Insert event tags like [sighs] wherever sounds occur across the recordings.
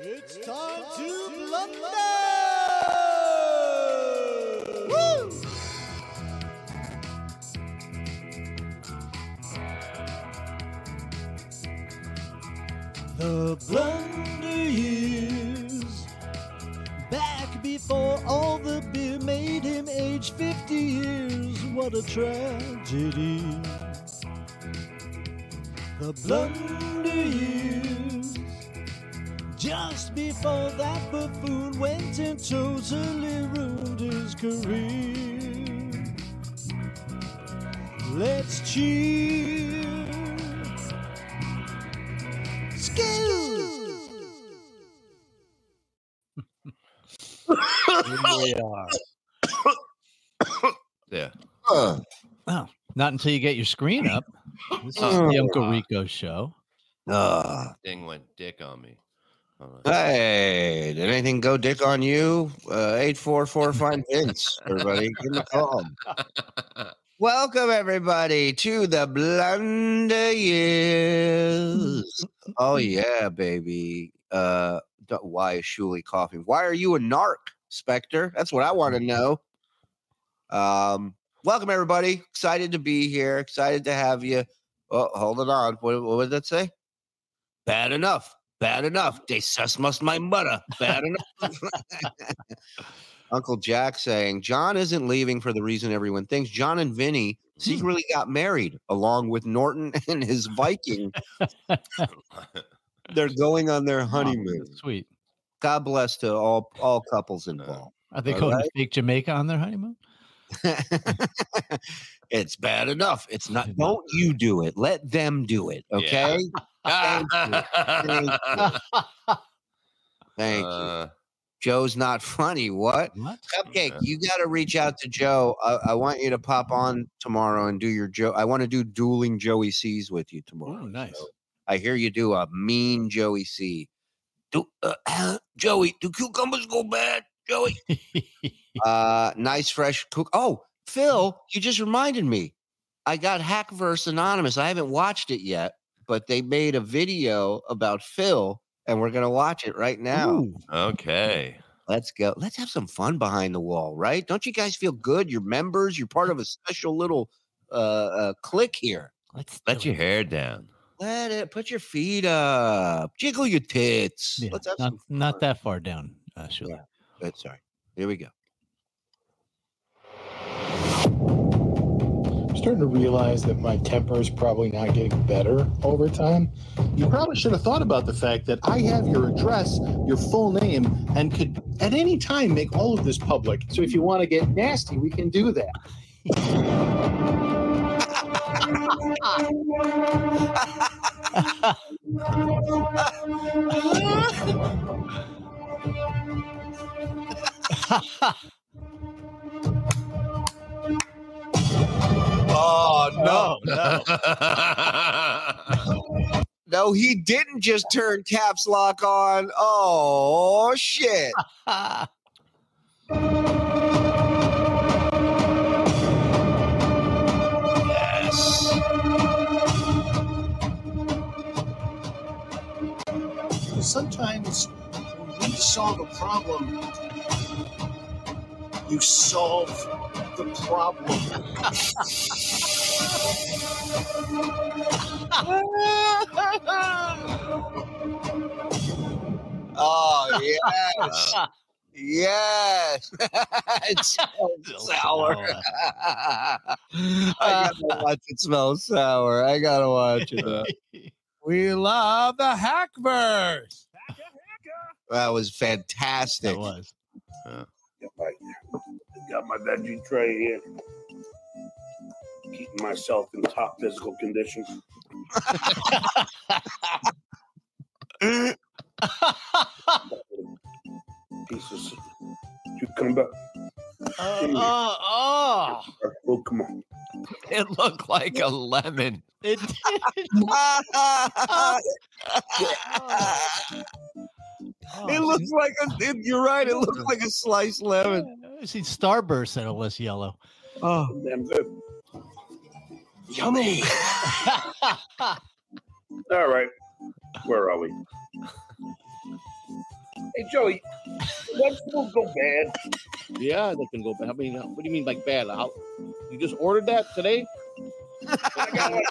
It's time to blunder! Woo! The blunder years, back before all the beer made him age 50 years. What a tragedy! The blunder years. Just before that buffoon went and totally ruined his career. Let's cheer. Skills. we are. Yeah. Uh, Not until you get your screen up. This is Oh. the Uncle Rico show. uh, Thing went dick on me. Hold on. hey, did anything go dick on you? Uh, 844 Find Vince, everybody. Give him a call. Welcome, everybody, to the Blunder Years. oh, yeah, baby. Uh, d- why is Shuli coughing? Why are you a narc, Spectre? That's what I want to know. Um, welcome, everybody. Excited to be here. Excited to have you. Oh, hold it on. What, what did that say? Bad enough. Bad enough. They must my mother. Bad enough. [laughs] Uncle Jack saying John isn't leaving for the reason everyone thinks. John and Vinny secretly got married along with Norton [laughs] and his Viking. They're going on their Wow, honeymoon. that's Sweet. God bless to all all couples Uh, involved. Are they All going to right. fake Jamaica on their honeymoon? it's bad enough. [laughs] It's not. Don't you do it. Let them do it. Okay. "Oh [laughs] Thank you. Uh, Joe's not funny. What? What? Cupcake, Yeah. you got to reach out to Joe. I, I want you to pop on tomorrow and do your Joe. I want to do dueling Joey C's with you tomorrow. Oh, nice. So I hear you do a mean Joey C. Do uh, Joey? Do cucumbers go bad, Joey? uh, nice fresh cook. Oh, Phil, you just reminded me. I got Hackverse Anonymous. I haven't watched it yet, but they made a video about Phil, and we're gonna watch it right now. Ooh, okay. Let's go. Let's have some fun behind the wall, right? Don't you guys feel good? You're members. You're part of a special little uh, uh click here. let's Let do your it. hair down. Let it put your feet up, jiggle your tits. Yeah, [laughs] Let's have not, some. not that far down, uh, Shula. Yeah. Good, sorry. Here we go. I'm starting to realize that my temper is probably not getting better over time. You probably should have thought about the fact that I have your address, your full name, and could at any time make all of this public. So if you want to get nasty, we can do that. Oh no, no. No, he didn't just turn caps lock on. Oh [laughs] shit. Ah, Yes. Sometimes when we solve a problem, you solve the problem. Oh yes. yes. [laughs] It's Phil so [laughs] sour. Sala. I gotta watch it smell sour. I gotta watch it. we love the Hackverse. That was fantastic. That [laughs] was. Got my, got my veggie tray here. Keeping myself in top physical condition. Pieces. Cucumber. Oh, oh, oh. Oh, come on. [laughs] it looked like a lemon. It did. [laughs] it looks like a, it- you're right. It looks like a sliced lemon. I seen Starburst that are less yellow. Oh, Damn good. [laughs] yummy. All right. Where are we? Hey, Joey, vegetables go bad. Yeah, they can go bad. I mean, what do you mean like bad? How, you just ordered that today? I got one.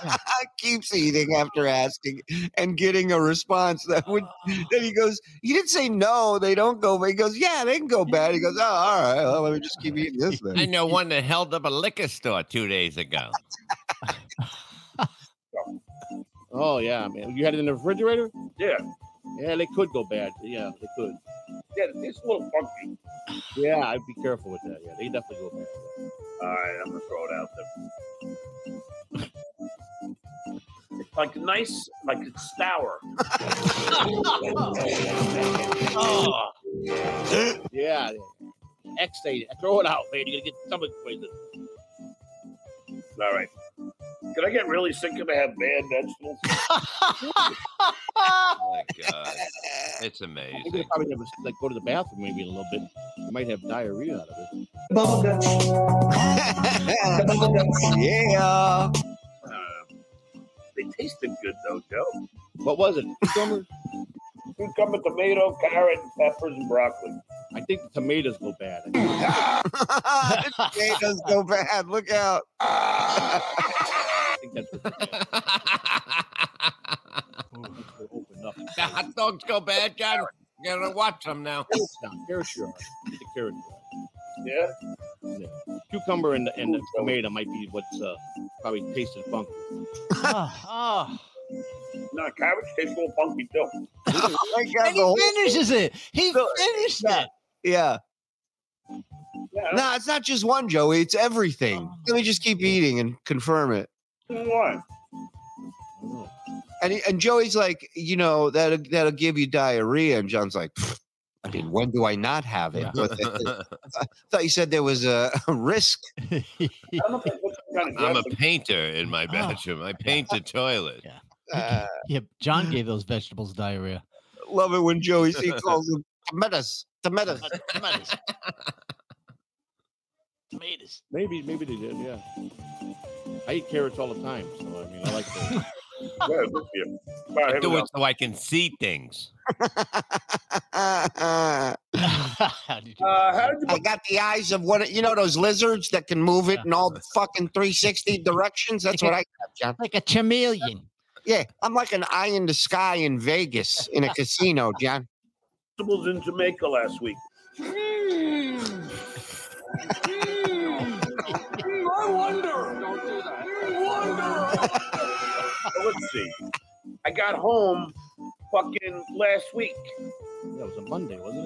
keeps eating after asking and getting a response that would then he goes, he didn't say no, they don't go bad. He goes, Yeah, they can go bad. He goes, Oh, all right, well, let me just keep eating this I then. know one that held up a liquor store two days ago. Oh yeah, man. You had it in the refrigerator? Yeah, Yeah, they could go bad. Yeah, they could. yeah, it's a little funky. Yeah, I'd be careful with that. Yeah, they definitely go bad. All right, I'm gonna throw it out there. It's like nice, like it's [laughs] sour. uh, Oh. yeah. X they throw it out, man. You're gonna get stomach poison. All right. Can I get really sick if I have bad vegetables? Oh my god, it's I think they amazing. [laughs] probably have to, like go to the bathroom maybe in a little bit. You might have diarrhea out of it. [laughs] yeah. Uh, they tasted good though, Joe. What was it? Cucumber? Cucumber, tomato, carrot, peppers, and broccoli. I think the tomatoes go bad. I think. Potatoes go bad. Look [laughs] out. I think that's what they open up. the hot dogs go bad, John. You gotta watch them now. [laughs] Now, carrots you are. Eat the carrot. Yeah. Cucumber and the, and the tomato might be what's uh, probably tasted funky. Ah, No, carrots taste a little funky too. Like, ah. uh, And the whole- he finishes it. He Look, finished yeah. it. yeah. Yeah. No, it's not just one, Joey. It's Oh. everything. Let me just keep eating and confirm it. Why? And, he, and Joey's like, you know, that'll, that'll give you diarrhea. And John's like, "Pfft, I mean, when do I not have it? I thought you said there was a, [laughs] a risk. I don't think what kind of I'm a dressing- painter in Oh. my bathroom. I paint [laughs] the toilet. Yeah. Uh, Yep, John gave those vegetables diarrhea. [laughs] love it when Joey C calls them tomatoes. Tomatoes. Tomatoes. [laughs] Tomatoes. Maybe, maybe they did. Yeah. I eat carrots all the time, so I mean, I like them. Yeah, good for you. All right, I here we do go. it so I can see things. I How did you do Uh, that? how did you got the eyes of one. of- You know those lizards that can move it in all the fucking [laughs] 360 directions. That's what I got, John. like a chameleon. Yeah, I'm like an eye in the sky in Vegas in a casino, [laughs] John. vegetables in Jamaica last week? Hmm. I wonder. Don't do that. Let's see. I got home fucking last week, That was a Monday, wasn't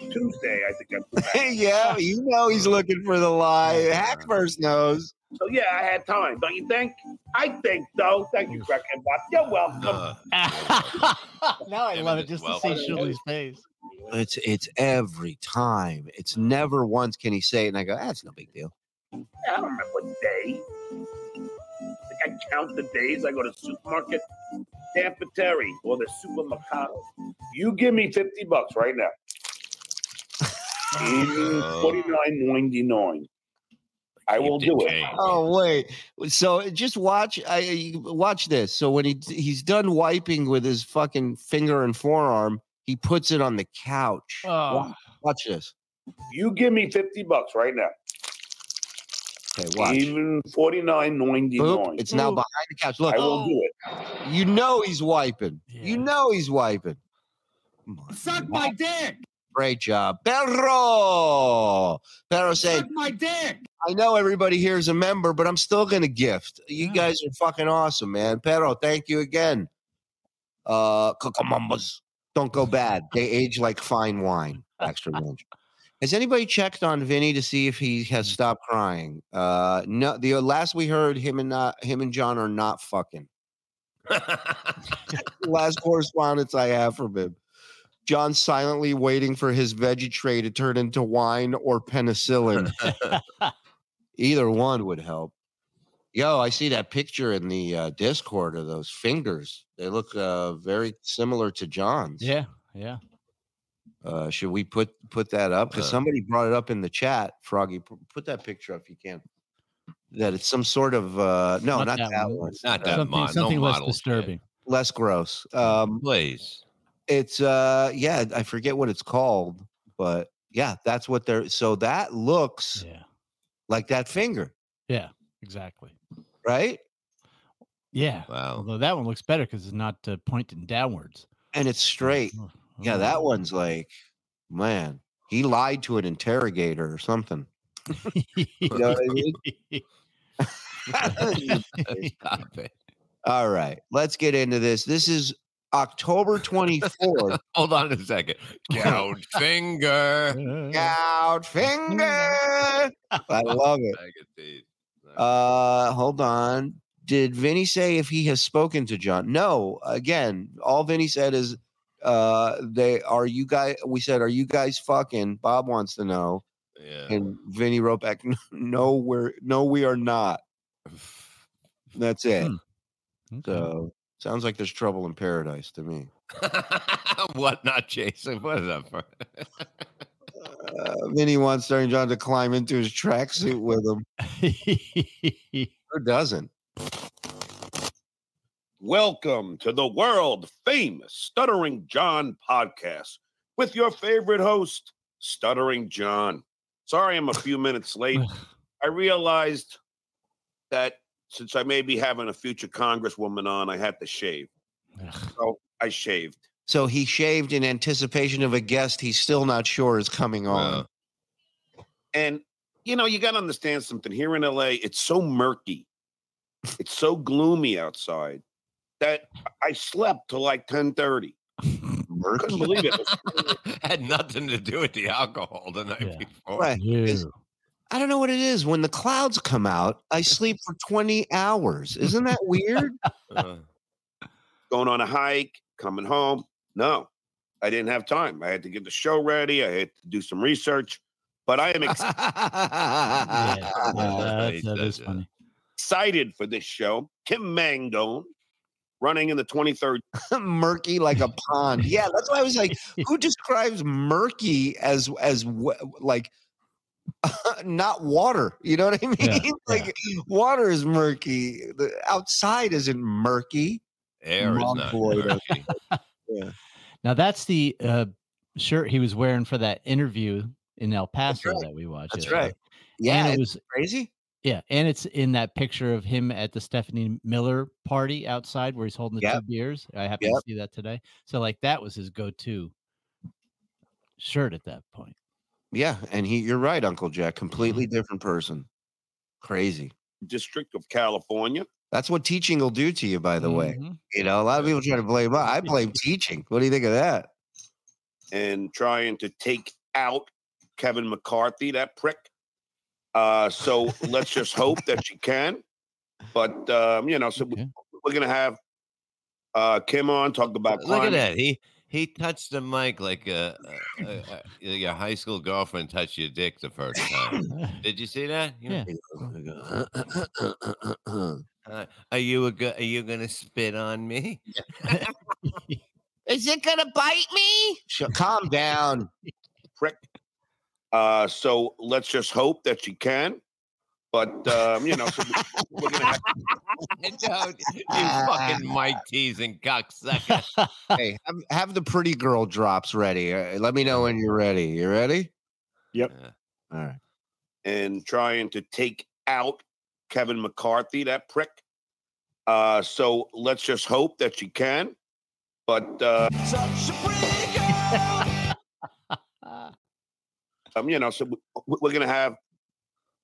it? Tuesday, I think. I yeah, you know he's looking for the lie. Hackverse knows. So yeah, I had time, don't you think? I think though. Thank you, Crackhead Bob. You're welcome. Uh, now I Him love and it his just to see well- Shirley's face. It's it's every time. It's never once can he say it, and I go, that's no big deal. I don't remember what day. I think I count the days I go to supermarket, Tampa Terry, or the supermercado. You give me 50 bucks right now. Forty nine ninety nine. I will keep do the it. change. Oh wait, so just watch. I you- watch this. So when he he's done wiping with his fucking finger and forearm, he puts it on the couch. Oh, Watch this. You give me 50 bucks right now. Okay, watch. Even forty nine ninety nine. Boop, it's now Ooh. behind the couch. I Look, will do it. you know he's wiping. You Yeah. know he's wiping. Suck my dick. Great job, Perro. Perro saying, Suck my dick. "I know everybody here is a member, but I'm still gonna gift. You Yeah. guys are fucking awesome, man. Perro, thank you again. Uh, cucamongas don't go bad. They age like fine wine. Extra range. Has anybody checked on Vinny to see if he has stopped crying? Uh, no. The last we heard, him and not, him and John are not fucking. [laughs] last correspondence I have from him. John silently waiting for his veggie tray to turn into wine or penicillin. Either one would help. Yo, I see that picture in the uh, Discord of those fingers. They look uh, very similar to John's. yeah, yeah. Uh, should we put put that up? Because Uh-huh. Uh. somebody brought it up in the chat. Froggy, p- put that picture up if you can. That it's some sort of uh, no, Not not, that that one. one. Uh, Not that Something, mod, no something less model shit. disturbing. Less gross. Um, Please. it's uh yeah, I forget what it's called, but yeah, that's what they're so that looks Yeah. like that finger, Exactly. right? Yeah. [laughs] Wow. Although that one looks better because it's not uh, pointing downwards. And it's straight. Oh, Yeah, oh. that one's like, man, he lied to an interrogator [laughs] or something. [laughs] You know what I mean? Stop it. All right, let's get into this. This is October 24th. Hold on a second. Count [laughs] finger. Out finger. I love it. I get these. Uh, hold on. Did Vinny say if he has spoken to John? No. Again, all Vinny said is, uh, they are you guys. We said, are you guys fucking? Bob wants to know, Yeah. [laughs] and Vinny wrote back, no, we're no, we are not. That's it. Hmm. [laughs] Okay. So sounds like there's trouble in paradise to me. what not, Jason? What is that for? Uh, Vinny wants starting John to climb into his tracksuit with him. [laughs] Who doesn't? Welcome to the world famous Stuttering John podcast with your favorite host, Stuttering John. Sorry, I'm a few minutes late. I realized that since I may be having a future congresswoman on, I had to shave. Ugh. So I shaved. So he shaved in anticipation of a guest he's still not sure is coming on. Wow. And, you know, you got to understand something. Here in LA, it's so murky, it's so gloomy outside that I slept till like 10:30. Couldn't believe it. [laughs] Had nothing to do with the alcohol the night Yeah. before. Right. Ew. I don't know what it is. When the clouds come out, [laughs] I sleep for 20 hours. Isn't that weird? Uh, going on a hike, coming home. No, I didn't have time. I had to get the show ready. I had to do some research, but [laughs] I am [laughs] Yeah, that's yeah, what that's- he that does, is yeah. funny. excited for this show. Tim Mangone running in the 23rd. murky like [laughs] a pond. Yeah, that's why I was like, who describes murky as as w- like [laughs] not water? You know what I mean? [laughs] Yeah, like water is murky. The outside isn't murky. air is Mom not boy, though. murky. Now that's the uh, shirt he was wearing for that interview in El Paso right. that we watched. That's yesterday. right. Yeah, and it it's was crazy. yeah, and it's in that picture of him at the Stephanie Miller party outside where he's holding the two beers. I happened Yep. to see that today. So like that was his go-to shirt at that point. Yeah, and he you're right, Uncle Jack. Mm-hmm. Completely different person. Crazy. District of California. That's what teaching will do to you, by the Mm-hmm. way. Mhm. You know, a lot of people try to blame us. I [laughs] blame teaching. What do you think of that? and trying to take out Kevin McCarthy, that prick. Uh, so let's just hope that she can. But um, you know, so we- Okay. we're gonna have uh, Kim on talk about Look at climate. that. He he touched the mic like a, a, a, a- your high school girlfriend touched your dick the first time. [laughs] Did you see that? You know, Oh [laughs] uh, are you a go- are you gonna spit on me? [laughs] Is it gonna bite me? Calm down. Uh, so let's just hope that she can. But um, you know, so we- we're gonna have Don't- you fucking mic teasing cocksucker. Hey, have, have the pretty girl drops ready. Uh, Let me Mm. know when you're ready. You ready? Yep. Uh, All right. and trying to take out Kevin McCarthy, that prick. Uh, so let's just hope that she can. But uh, Such a pretty girl. um, you know, so we- we're going to have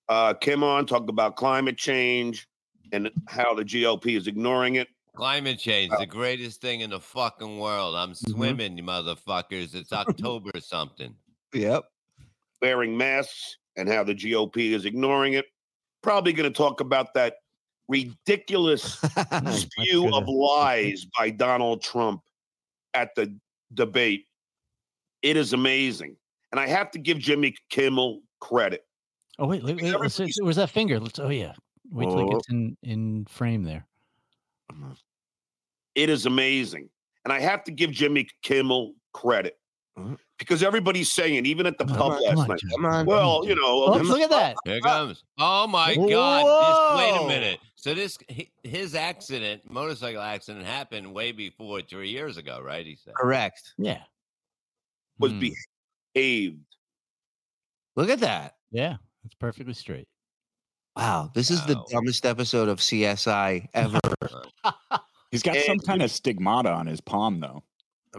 uh, Kim on talk about climate change and how the GOP is ignoring it. Climate change, the greatest thing in the fucking world. I'm swimming, you motherfuckers. It's October something. Yep. wearing masks and how the GOP is ignoring it. Probably going to talk about that ridiculous spew of lies by Donald Trump at the debate. It is amazing. And I have to give Jimmy Kimmel credit. Oh wait, look, wait, let's, everybody's- where's that finger? Let's. Oh yeah, wait till it Oh. gets in in frame there. It is amazing. And I have to give Jimmy Kimmel credit. Mhm. Because everybody's saying, even at the Come pub on, come last on, night. Joe. Come on. Well, you know, Oops, look at that. Here it comes. Oh my God! This, wait Whoa. a minute. So this hi- his accident, motorcycle accident, happened way before three years ago, right? He said. [laughs] correct. Yeah. was Hmm, behaved. Look at that. Yeah, that's perfectly straight. Wow, this is the Wow. dumbest episode of [laughs] CSI ever. He's got some kind of stigmata on his palm, though.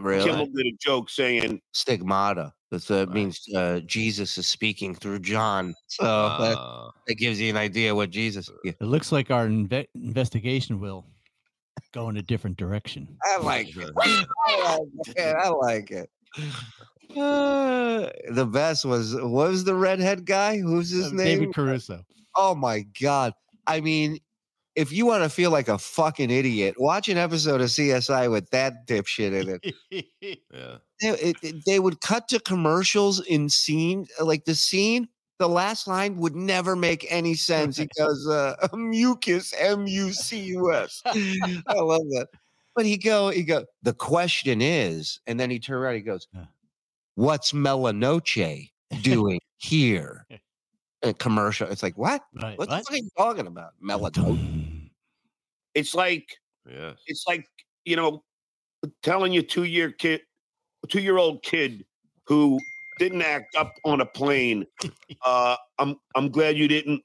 really, Kimmel did a joke saying, stigmata. That's uh, Wow. means uh, Jesus is speaking through [laughs] John. So that, Uh, that gives you an idea what Jesus. Yeah. It looks like our inve- investigation will go in a different direction. Oh, I like I like it. I like it. Uh, [laughs] the best was what was the redhead guy? Who's his Uh, name? David Caruso. Oh my god! I mean, if you want to feel like a fucking idiot, watch an episode of CSI with that dipshit in it. yeah. They, it- it- they would cut to commercials in scene, uh, like the scene. The last line would never make any sense because uh, [laughs] mucus, M U C U S. I love that. But he go, he go. The question is, and then he turned around. He goes, Yeah. "What's Melanoche doing here?" A commercial. It's like what? Right. What, what? Uh, the fuck are you talking about? [laughs] Melatonin. it's like, Yes. it's like, you know, telling your two year kid, two year old kid who didn't act up on a plane. Uh, I'm, I'm glad you didn't,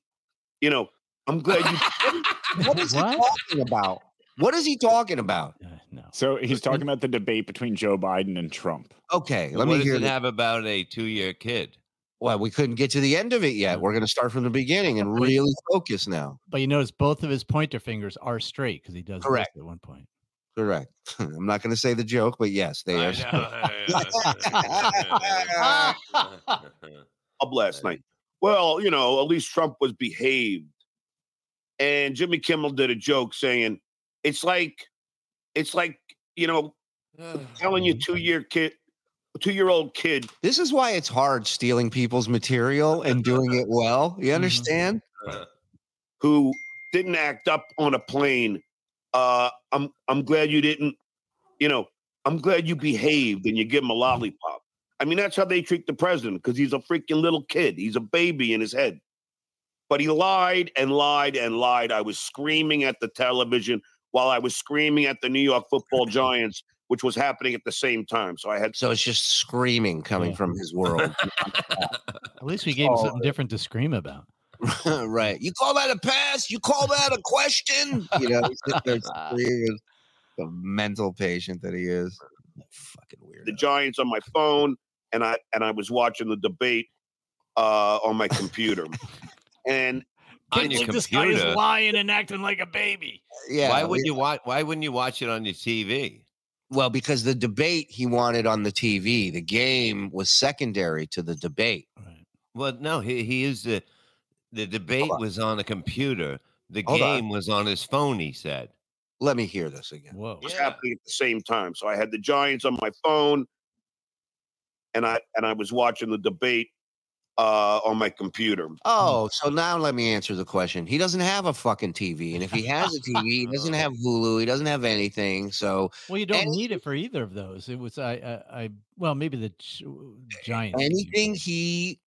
you know, I'm glad you What is What? he talking about? What is he talking about? Uh, no. So [laughs] he's talking about the debate between Joe Biden and Trump. Okay, let what me does hear it that. have about a two-year kid? Well, we couldn't get to the end of it yet. We're going to start from the beginning and really focus now. But you notice both of his pointer fingers are straight because he does this Correct. at one point. Correct. [laughs] I'm not going to say the joke, but yes, they are. I know. pub last night. Well, you know, at least Trump was behaved. And Jimmy Kimmel did a joke saying, it's like, it's like, you know, telling your two year kid, two year old kid, This is why it's hard stealing people's material and doing it well. You understand? who didn't act up on a plane. Uh, I'm I'm glad you didn't, you know, I'm glad you behaved and you give him a lollipop. I mean, that's how they treat the president because he's a freaking little kid. He's a baby in his head. But he lied and lied and lied. I was screaming at the television while I was screaming at the New York football giants, which was happening at the same time. So I had So it's just screaming coming Yeah. from his world. [laughs] At least we gave him something different to scream about. [laughs] right. You call that a pass? You call that a question? You know, he's sitting there screaming. The mental patient that he is. Fucking weird. the Giants on my phone, and I and I was watching the debate uh, on my computer. and [laughs] on your computer. lying and acting like a baby. Yeah. why we- would you watch? Why wouldn't you watch it on your TV? Well, because the debate he wanted on the TV, the game was secondary to the debate. Right. Well, no, he he used the the debate on. was on a computer. The Hold on. game was on his phone. He said. Let me hear this again. Whoa. was Yeah. happening at the same time. So I had the Giants on my phone, and I and I was watching the debate uh, on my computer. Oh, so now let me answer the question. He doesn't have a fucking TV. And if he has a TV, he [laughs] doesn't have Hulu. He doesn't have anything. So Well, you don't Any- need it for either of those. It was I, I, I well, maybe the Gi- Mm. Giants. game. anything he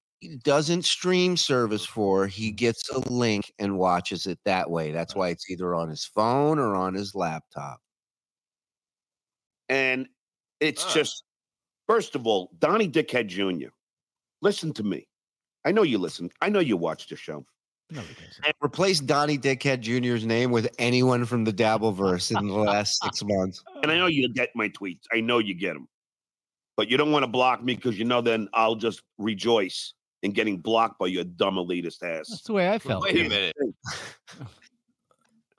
doesn't stream service for, he gets a link and watches it that way. That's why it's either on his phone or on his laptop. And it's Ah. just, first of all, Donnie Dickhead Jr. Listen to me. I know you listen. I know you watch the show. No, it doesn't. Replace Donnie Dickhead Jr.'s name with anyone from the Dabbleverse in the last [laughs] six months. And I know you get my tweets. I know you get them. But you don't want to block me because you know then I'll just rejoice in getting blocked by your dumb elitist ass. That's the way I felt. Wait a minute.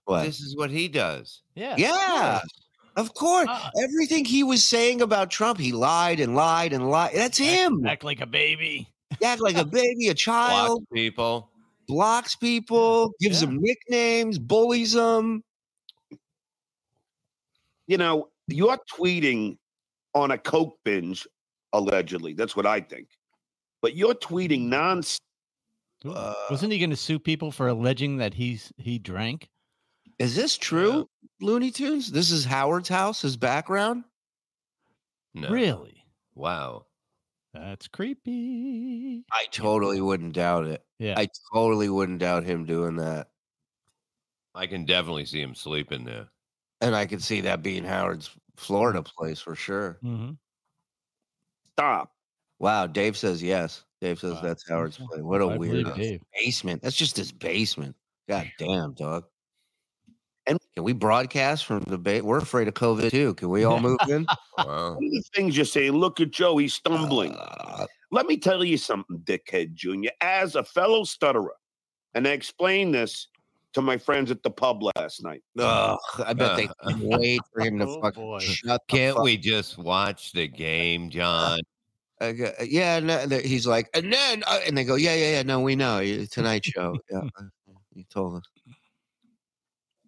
What? This is what he does. Yeah. Yeah, Uh. of course. Ah. Everything he was saying about Trump, he lied and lied and lied. That's him. Act like a baby. He act like a baby, a Block child, people. blocks people, gives Yeah. them nicknames, bullies them. You know, you're tweeting on a Coke binge, allegedly. That's what I think. But you're tweeting non Uh, Ooh, Wasn't he going to sue people for alleging that he's he drank? Is this true, Looney Tunes? This is Howard's house, his background? No. Really? Wow. That's creepy. I totally wouldn't doubt it. Yeah. I totally wouldn't doubt him doing that. I can definitely see him sleeping there. And I could see that being Howard's Florida place for sure. mm-hmm. Stop. Wow. Dave says yes. Dave says Wow. that's Howard's Okay. place. What a I weird believe Dave. basement. That's just his basement. God damn, dog. And can we broadcast from the bay? We're afraid of COVID too. Can we all move in? Wow. One of the things you're saying, look at Joe, he's stumbling. Uh, Let me tell you something, dickhead Jr. As a fellow stutterer, and I explained this to my friends at the pub last night. ugh, I bet they Uh, can't [laughs] wait for him to Oh, fucking boy. shut. the Can't fuck we just watch the game, [laughs] John? I go, uh, yeah, no, th- he's like, and then, uh, and they go, yeah, yeah, yeah, no, we know, [laughs] you- Tonight Show. Yeah, uh, you told us.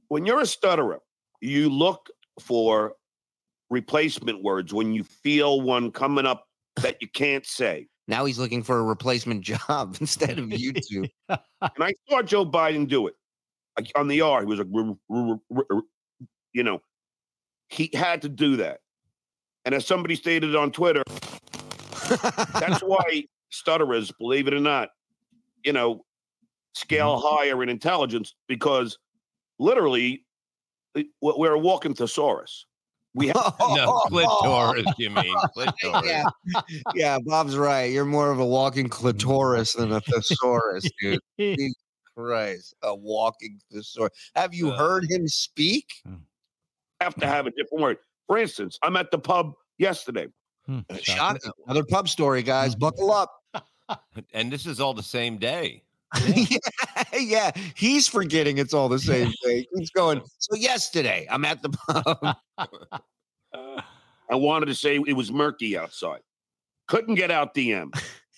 When you're a stutterer, you look for replacement words when you feel one coming up that you can't say. Now he's looking for a replacement [laughs] job instead [laughs] of YouTube. And I saw Joe Biden do it like, on the R. He was like, "Ru- ru- ru- ru-" you know, he had to do that. And as somebody stated on Twitter, That's why stutterers, believe it or not, you know, scale higher in intelligence because literally it- we're we're a walking thesaurus. We have [laughs] No, clitoris, you [laughs] mean? Clitoris. yeah, yeah, Bob's right. You're more of [laughs] a walking clitoris than a thesaurus, dude. Christ, a walking thesaurus. Have you Uh, heard him speak? have to have a different word. For instance, I'm at the pub yesterday. Hmm, Uh, Shocking. Another pub story, [laughs] guys. Mhm. Buckle up. And this is all the same day. yeah, [laughs] yeah, he's forgetting it's all the same thing. He's [laughs] going, so yesterday I'm at the [laughs] Uh. pub. I wanted to say it was murky outside. Couldn't get out DM.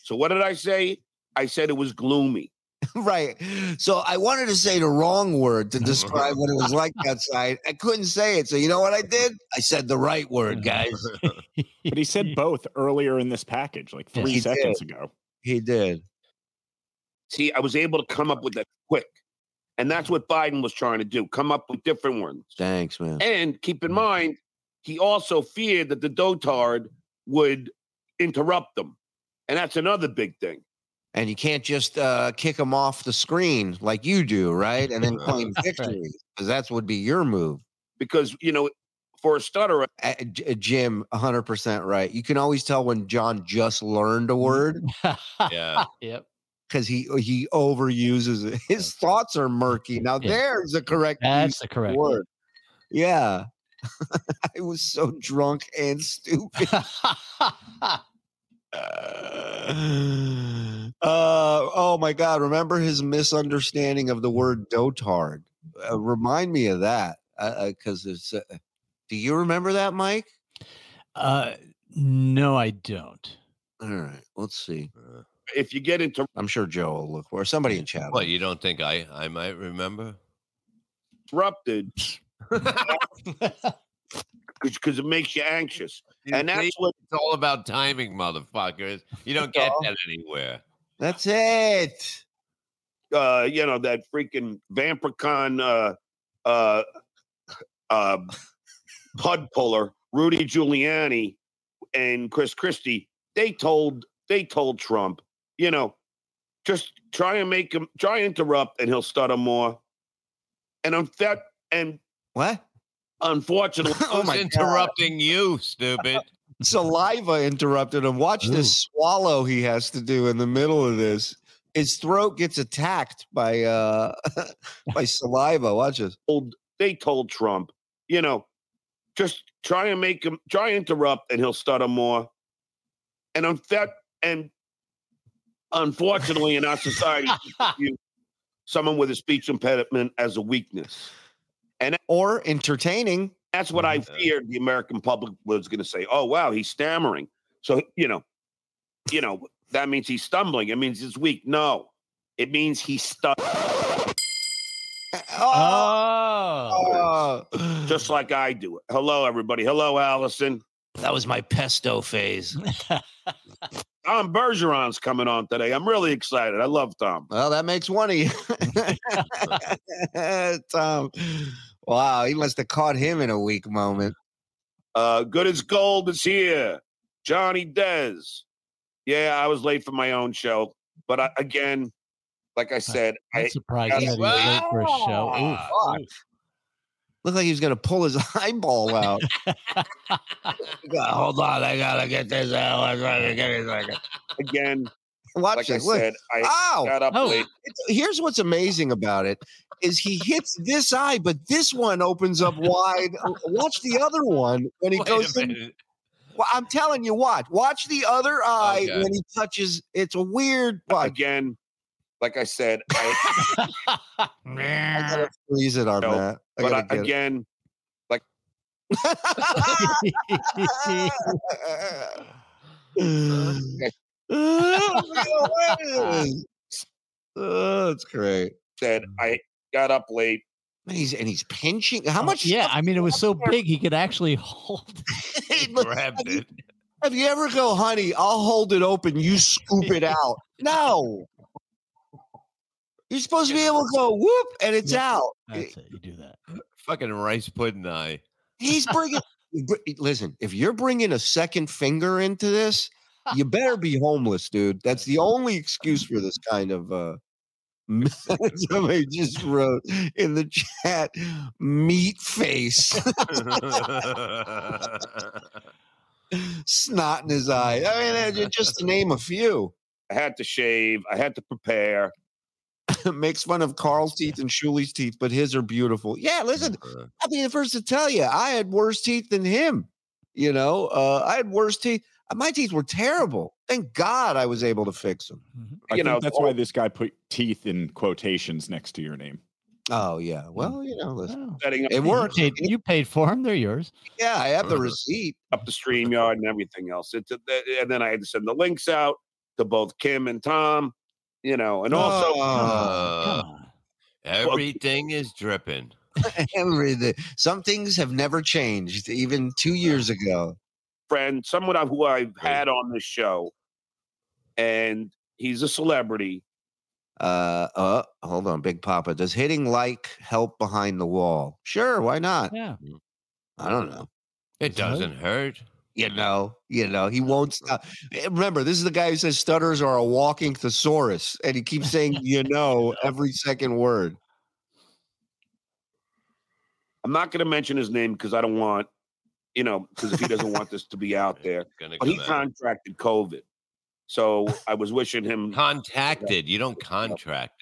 So what did I say? I said it was gloomy. right. So I wanted to say the wrong word to describe what it [laughs] was like outside. I couldn't say it. So you know what I did? I said the right word, Uh-huh. guys. But he said both earlier in this package, like Yeah. three He seconds ago. He did. See, I was able to come up with that quick. And that's what Biden was trying to do, come up with different ones. Thanks, Eh man. And keep in mind, he also feared that the dotard would interrupt them. And that's another big thing. And you can't just uh, kick him off the screen like you do, right? And then claim [laughs] That's right. victory because that's would be your move. Because, you know, for a stutterer, Uh, J- Jim, 100% right. You can always tell when John just learned a Mm-hmm. word Yeah. [laughs] yep. because he uh, he overuses it. [laughs] His thoughts are murky. Now Yeah. there's the correct That's the correct word. Yeah. [laughs] I was so drunk and [laughs] stupid. Uh, oh my God. Remember his misunderstanding of the word dotard? Uh, remind me of that. Because it's. Uh, do you remember that, Mike? uh, no, I don't. All right. Let's see. Uh, [laughs] if you get into I'm sure Joe will look for it. somebody in chat. What, you don't think I, I might remember? [laughs] interrupted, because it makes you anxious. And See, that's what it's all about timing, motherfuckers. You don't get that anywhere. That's it. uh, you know, that freaking Vampircon uh uh uh pud puller, Rudy Giuliani and Chris Christie, they told they told Trump, you know, just try and make him try and interrupt and he'll stutter more. And I'm that and What? unfortunately [laughs] Oh Who's my God. interrupting you, [laughs] stupid? saliva interrupted him. Watch this swallow he has to do in the middle of this. His throat gets attacked by uh [laughs] by saliva. Watch this. told they told Trump, you know, just try and make him try and interrupt and he'll stutter more. And on that and unfortunately in our society, someone with a speech impediment as a weakness. Or entertaining. That's what I Mhm. feared the American public was gonna say. Oh wow, he's stammering. So you know, you know, that means he's stumbling. It means he's weak. No. It means he's stuck Oh, Oh, oh. just like I do it. Hello, everybody. Hello, Allison. that was my pesto phase. [laughs] Tom Bergeron's coming on today. I'm really excited. I love Tom. Well, that makes one of you. [laughs] Tom. Wow, he must have caught him in a weak moment. Uh, Good as Gold is here. Johnny Dez. Yeah, I was late for my own show, but I, again, like I said, I, That's surprising that he was late for a show. Oof. Fuck. Looked like he was gonna pull his [laughs] eyeball out. Hold on, I gotta get this out. I gotta get it. I [laughs] gotta- again, Watch like I this. Look. said, I Ow! got up Oh. late. It's- Here's what's amazing about it is he hits this eye, but this one opens up wide. Watch the other one when he Wait goes a in. minute. Well, I'm telling you, watch. Watch the other eye Okay. when he touches. It's a weird. Watch. Again, like I said, I, I gotta freeze it on No, that. I but gotta I, get it. again, [laughs] [laughs] oh, that's great. said I got up late. Man, he's and he's pinching. How much? Oh, [laughs] Yeah, I mean, it was so big he could actually [laughs] hold. stuff- Grabbed it. If you ever go, honey, I'll hold it open. You scoop it out. No, you're supposed to be able to go whoop, and it's out. That's it. You do that. Fucking rice pudding eye. He's bringing. br- Listen, if you're bringing a second finger into this, you better be homeless, dude. That's the only excuse for this kind of. uh m- [laughs] Somebody just wrote in the chat, meat face, [laughs] [laughs] snot in his eye. I mean, that- ju- just to name a few. I had to shave. I had to prepare. Makes fun of Carl's teeth and Shuli's teeth, but his are beautiful. Yeah, listen, I'll be the first to tell you, I had worse teeth than him. You know, uh, I had worse teeth. uh, My teeth were terrible. Thank God I was able to fix them. Mm-hmm. I You think know, that's why this guy put teeth in quotations next to your name. Oh yeah. Well, you know, listen. Oh, Setting up, It you worked. paid- you paid for them. They're yours. Yeah, I have the Uh-huh. receipt. up the stream yard and everything else. It, took that- and then I had to send the links out to both Kim and Tom. You know, and also Oh. um, Uh, Come on. everything is dripping. [laughs] everything. Some things have never changed, even two years ago. friend, someone I- who I've had on this show, and he's a celebrity. Uh, uh, hold on, Big Papa. Does hitting like help behind the wall? Sure, why not? Yeah. I don't know. It Does it? doesn't hurt. You know, you know, he won't stop. Eh, Remember, this is the guy who says stutters are a walking thesaurus, and he keeps saying "you know" every second word. [laughs] I'm not going to mention his name because I don't want, you know, because if he doesn't want this to be [laughs] out there, Gonna but he come out. contracted COVID. So I was wishing him contacted. You don't contract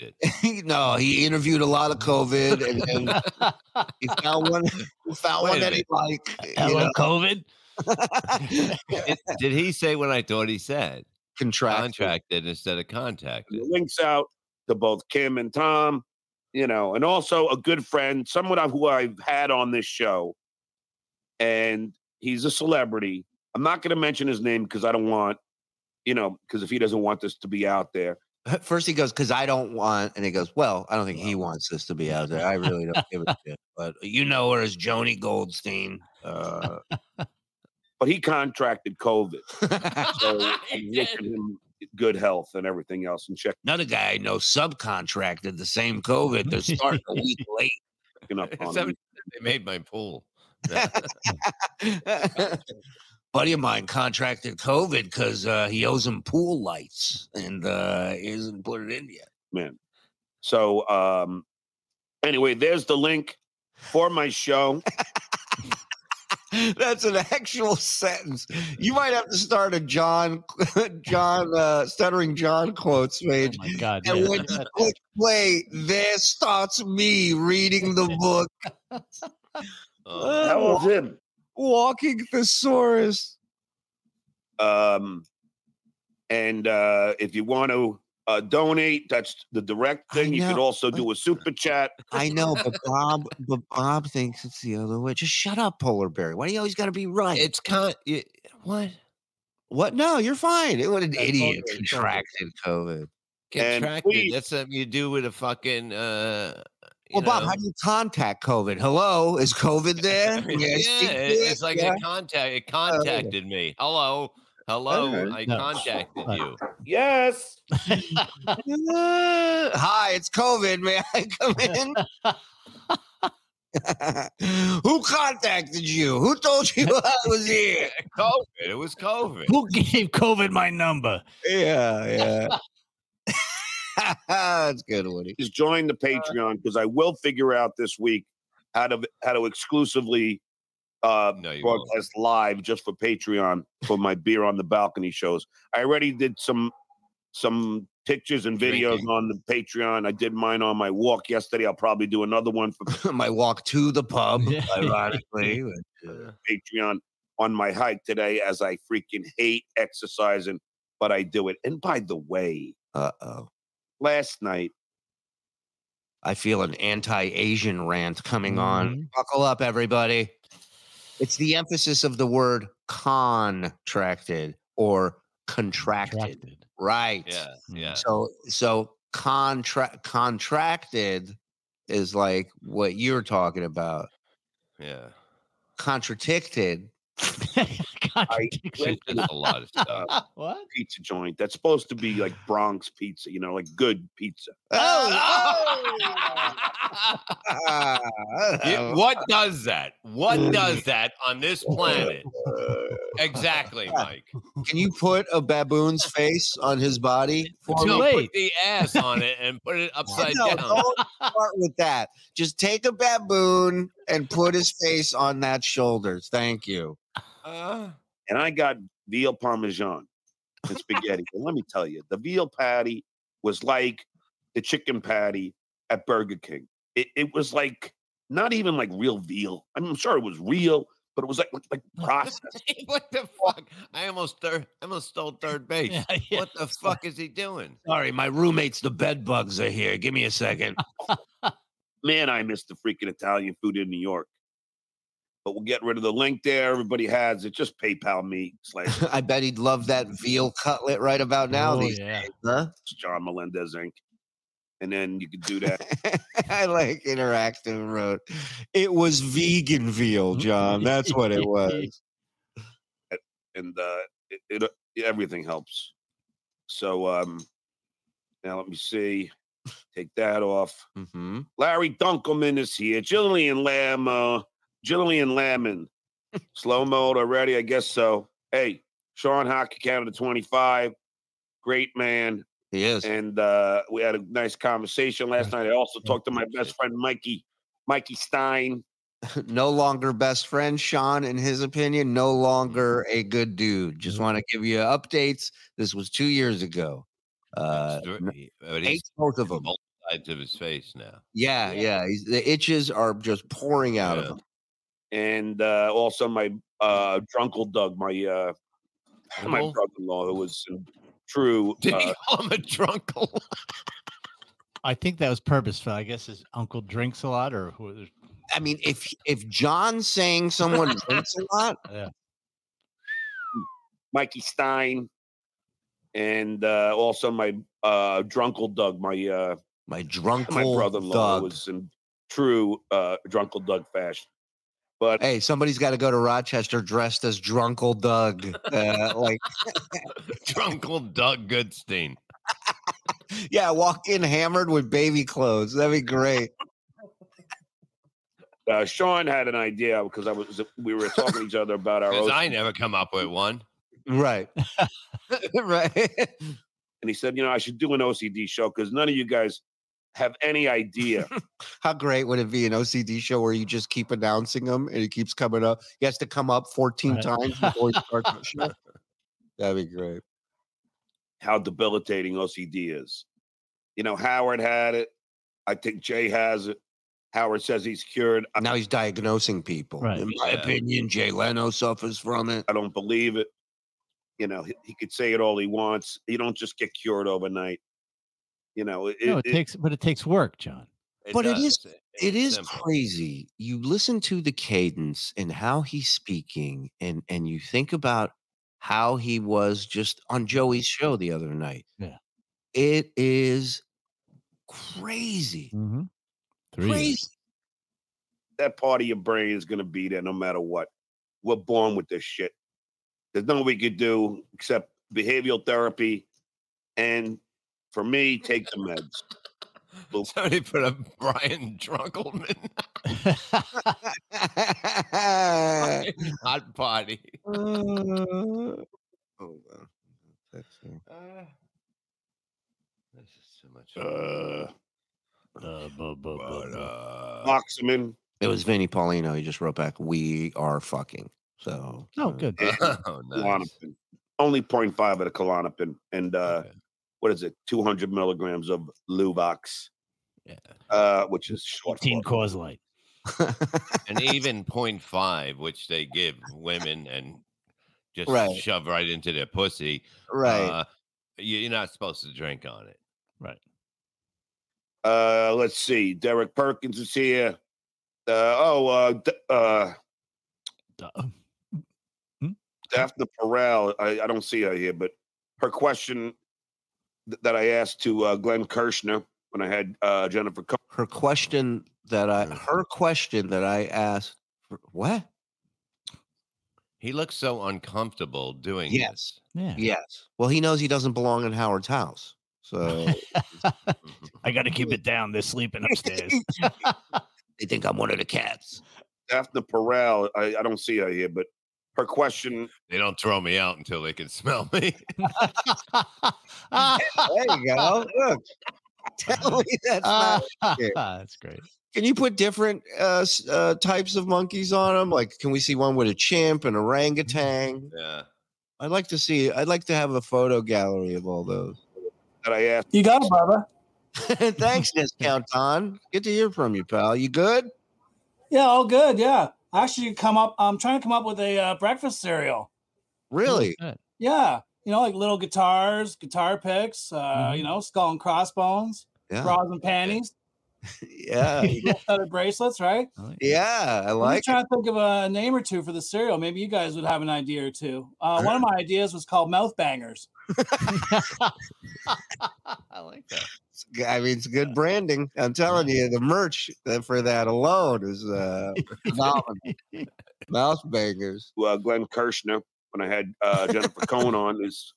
[laughs] it. no, he interviewed a lot of COVID, and, and he found one, [laughs] found Wait one a that he liked. you Hello, know. COVID. Oh, Did- Did he say what I thought he said? contract. Contracted instead of contacted. the links out to both Kim and Tom, you know, and also a good friend, someone I've- who I've had on this show, and he's a celebrity. I'm not going to mention his name because I don't want, you know, because if he doesn't want this to be out there, First he goes, because I don't want, and he goes, well, I don't think he wants this to be out there. I really don't give a shit. But you know her as Joni Goldstein. Uh, but he contracted COVID. So He I'm wishing him good health and everything else and checking another guy I know subcontracted the same COVID. They're starting a week [laughs] up on Somebody him. said They made my pool. [laughs] late. [laughs] Buddy of mine contracted COVID because uh, he owes him pool lights and uh, he hasn't put it in yet. man. So um anyway, there's the link for my show. That's an actual sentence. You might have to start a John, [laughs] John, uh, stuttering John quotes Oh page my God. And yeah. when you [laughs] click play, there starts me [laughs] reading the book. Uh, That was him. Walking thesaurus. Um and uh if you want to uh donate, that's the direct I thing. You could know. also do a super chat. I know, but Bob, but Bob thinks it's the other way. Just shut up, Polar Bear. Why do you always got to be right? it's con. It, what? what? No, you're fine. It, what an That's idiot okay, it's contracted COVID. And Contracted. please- That's something you do with a fucking. Uh, you Well, Bob, know. how do you contact COVID? Hello, is [laughs] COVID there? yeah, Oh, Yes, you it- did, it's like yeah. Oh. it contact. It contacted me. Hello, hello. I No. contacted Uh, you. Yes. Uh, [laughs] Hi, it's COVID. May I come in? Who contacted you? Who told you [laughs] I was here? COVID. It was COVID. Who gave COVID my number? Yeah, [laughs] yeah. That's good, Woody. [laughs] Just join the Patreon because I will figure out this week how to how to exclusively uh, No, you won't. broadcast live just for Patreon for my beer on the balcony shows. I already did some some pictures and videos Drinking. on the Patreon. I did mine on my walk yesterday. I'll probably do another one for My walk to the pub, [laughs] Yeah. ironically. uh, [laughs] Patreon on my hike today as I freaking hate exercising, but I do it. And by the way, Uh oh. last night, I feel an anti Asian rant coming Mm-hmm. on. Buckle up, everybody. It's the emphasis of the word contracted or contracted. Contracted. Right. Yeah, Hmm. yeah. So so contract contracted is like what you're talking about. Yeah. Contradicted. There's [laughs] Contradiction. just a lot of stuff. [laughs] what? pizza joint that's supposed to be like Bronx pizza, you know, like good pizza. Oh! [laughs] Ah, Yeah, what does that? What [laughs] does that on this planet? [laughs] Exactly, Mike. Can you put a baboon's face on his body? for Too me? No, late. put the ass on it and put [laughs] it upside No, down. don't start with that. Just take a baboon and put his face on that shoulder. Thank you. Uh, And I got veal parmesan and spaghetti. and let me tell you, the veal patty was like the chicken patty at Burger King. It, it was like not even like real veal. I mean, I'm sure it was real, but it was like like processed. [laughs] what the fuck? I almost third. I almost stole third [laughs] base. [laughs] Yeah, yeah. What the fuck is he doing? Sorry, my roommates, the bed bugs are here. Give me a second. man, I miss the freaking Italian food in New York. But we'll get rid of the link there. Everybody has it. Just PayPal me [laughs] slash [laughs] I bet he'd love that veal cutlet right about now. Oh, these yeah. days, huh? John Melendez Inc. And then you can do that. I [laughs] like interactive wrote. It was vegan Mm-hmm. veal, John. That's [laughs] what [laughs] it was. and uh, it, it everything helps. So um, now let me see. Take that off. hmm Larry Dunkelman is here. Jillian Lam, uh, Jillian Lamon. Slow mode already, I guess so. Hey, Sean Hockey Canada 25. Great man. He is. and uh, we had a nice conversation last night. I also talked to my best friend Mikey, Mikey Stein. No longer best friend, Sean, in his opinion, no longer a good dude. Just want to give you updates. This was two years ago. Uh, It's dir- he- but ate he's both of them. tied to his face now. Yeah, Yeah. yeah. He's, the itches are just pouring out Yeah. of him. and uh, also my uh, drunkle Doug, my uh, my Drunkle? brother-in-law, who was in true. [laughs] Did uh, he call him a drunkle? [laughs] I think that was purposeful. I guess his uncle drinks a lot, or who? I mean, if if John's saying someone drinks a lot, Mikey Stein, and uh, also my uh, drunkle Doug, my uh, my drunk my brother-in-law, dog. who was in true uh, drunkle Doug fashion. But Hey, somebody's got to go to Rochester dressed as drunk old Doug. Uh, like, drunkle Doug Goodstein. yeah, walk in hammered with baby clothes. That'd be great. uh, Sean had an idea because I was we were talking to each other about our. Because own- I never come up with one. Right. [laughs] right. and he said, you know, I should do an OCD show because none of you guys have any [laughs] idea. How great would it be an OCD show where you just keep announcing him and he keeps coming up? He has to come up 14 Right. times before he starts the show. That'd be great. how debilitating OCD is. You know, Howard had it. I think Jay has it. Howard says he's cured. I, Uh, Now he's diagnosing people. Right. In my Yeah. opinion, Jay Leno suffers from it. I don't believe it. You know, he, he could say it all he wants. You don't just get cured overnight. You know, it, No, it, it- takes, but it takes work, John. But it is- does. it is simple. crazy. You listen to the cadence and how he's speaking, and and you think about how he was just on Joey's show the other night. Yeah. it is crazy, Mm-hmm. crazy. [laughs] that part of your brain is going to be there no matter what. We're born with this shit. There's nothing we could do except behavioral therapy. And for me, take the meds. [laughs] Somebody put a Brian Drunkleman. Uh, Uh. Hot party. Hold on. Oh, That's, uh, This is so much. fun. Uh, But, uh, [laughs] box him in. It was Vinnie Paulino. He just wrote back, "We are fucking." So Oh, uh, good. oh, nice. Klonopin. Only 0.5 of the Klonopin. And uh, Okay. what is it? 200 milligrams of Luvox, Yeah. uh, which is short. Teen for- cause light. [laughs] and even 0.5, which they give women and just Right. shove right into their pussy. right. Uh, you- you're not supposed to drink on it. Uh, let's see. Derek Perkins is here. Uh, oh, uh, D- uh, Duh. Daphne Perel. I, I don't see her here, but her question th- that I asked to uh, Glenn Kirshner when I had uh, Jennifer Co- her question that I Mhm. her question that I asked. for- What? He looks so uncomfortable doing Yes. Yeah. Yes. Well, he knows he doesn't belong in Howard's house. So I got to keep it down. They're sleeping [laughs] upstairs. [laughs] they think I'm one of the cats. Daphne Perel. I, I don't see her here, but her question They don't throw me out until they can [laughs] smell me. There you go. [laughs] Look. Tell me that's not. [laughs] that's great. Can you put different uh, s- uh, types of monkeys on them? Like, can we see one with a chimp, an orangutan? yeah. I'd like to see. I'd like to have a photo gallery of all those. that I asked. You got it, Bubba. [laughs] Thanks, Discount Don. Good to hear from you, pal. You good? Yeah, all good. Yeah, actually, come up. I'm trying to come up with a uh, breakfast cereal. Really? Good. Yeah, you know, like little guitars, guitar picks. Uh, Mm-hmm. You know, skull and crossbones, Yeah. bras and panties, Yeah. studded bracelets. Right. I like it. Yeah. I I'm like just trying to think of a name or two for the cereal. Maybe you guys would have an idea or two. Uh, one of my ideas was called Mouth Bangers. I like that. G- I mean, it's good branding. I'm telling you, the merch uh, for that alone is uh, [laughs] phenomenal. Mouse bangers. to, uh, Glenn Kirshner when I had uh, Jennifer Cohn on is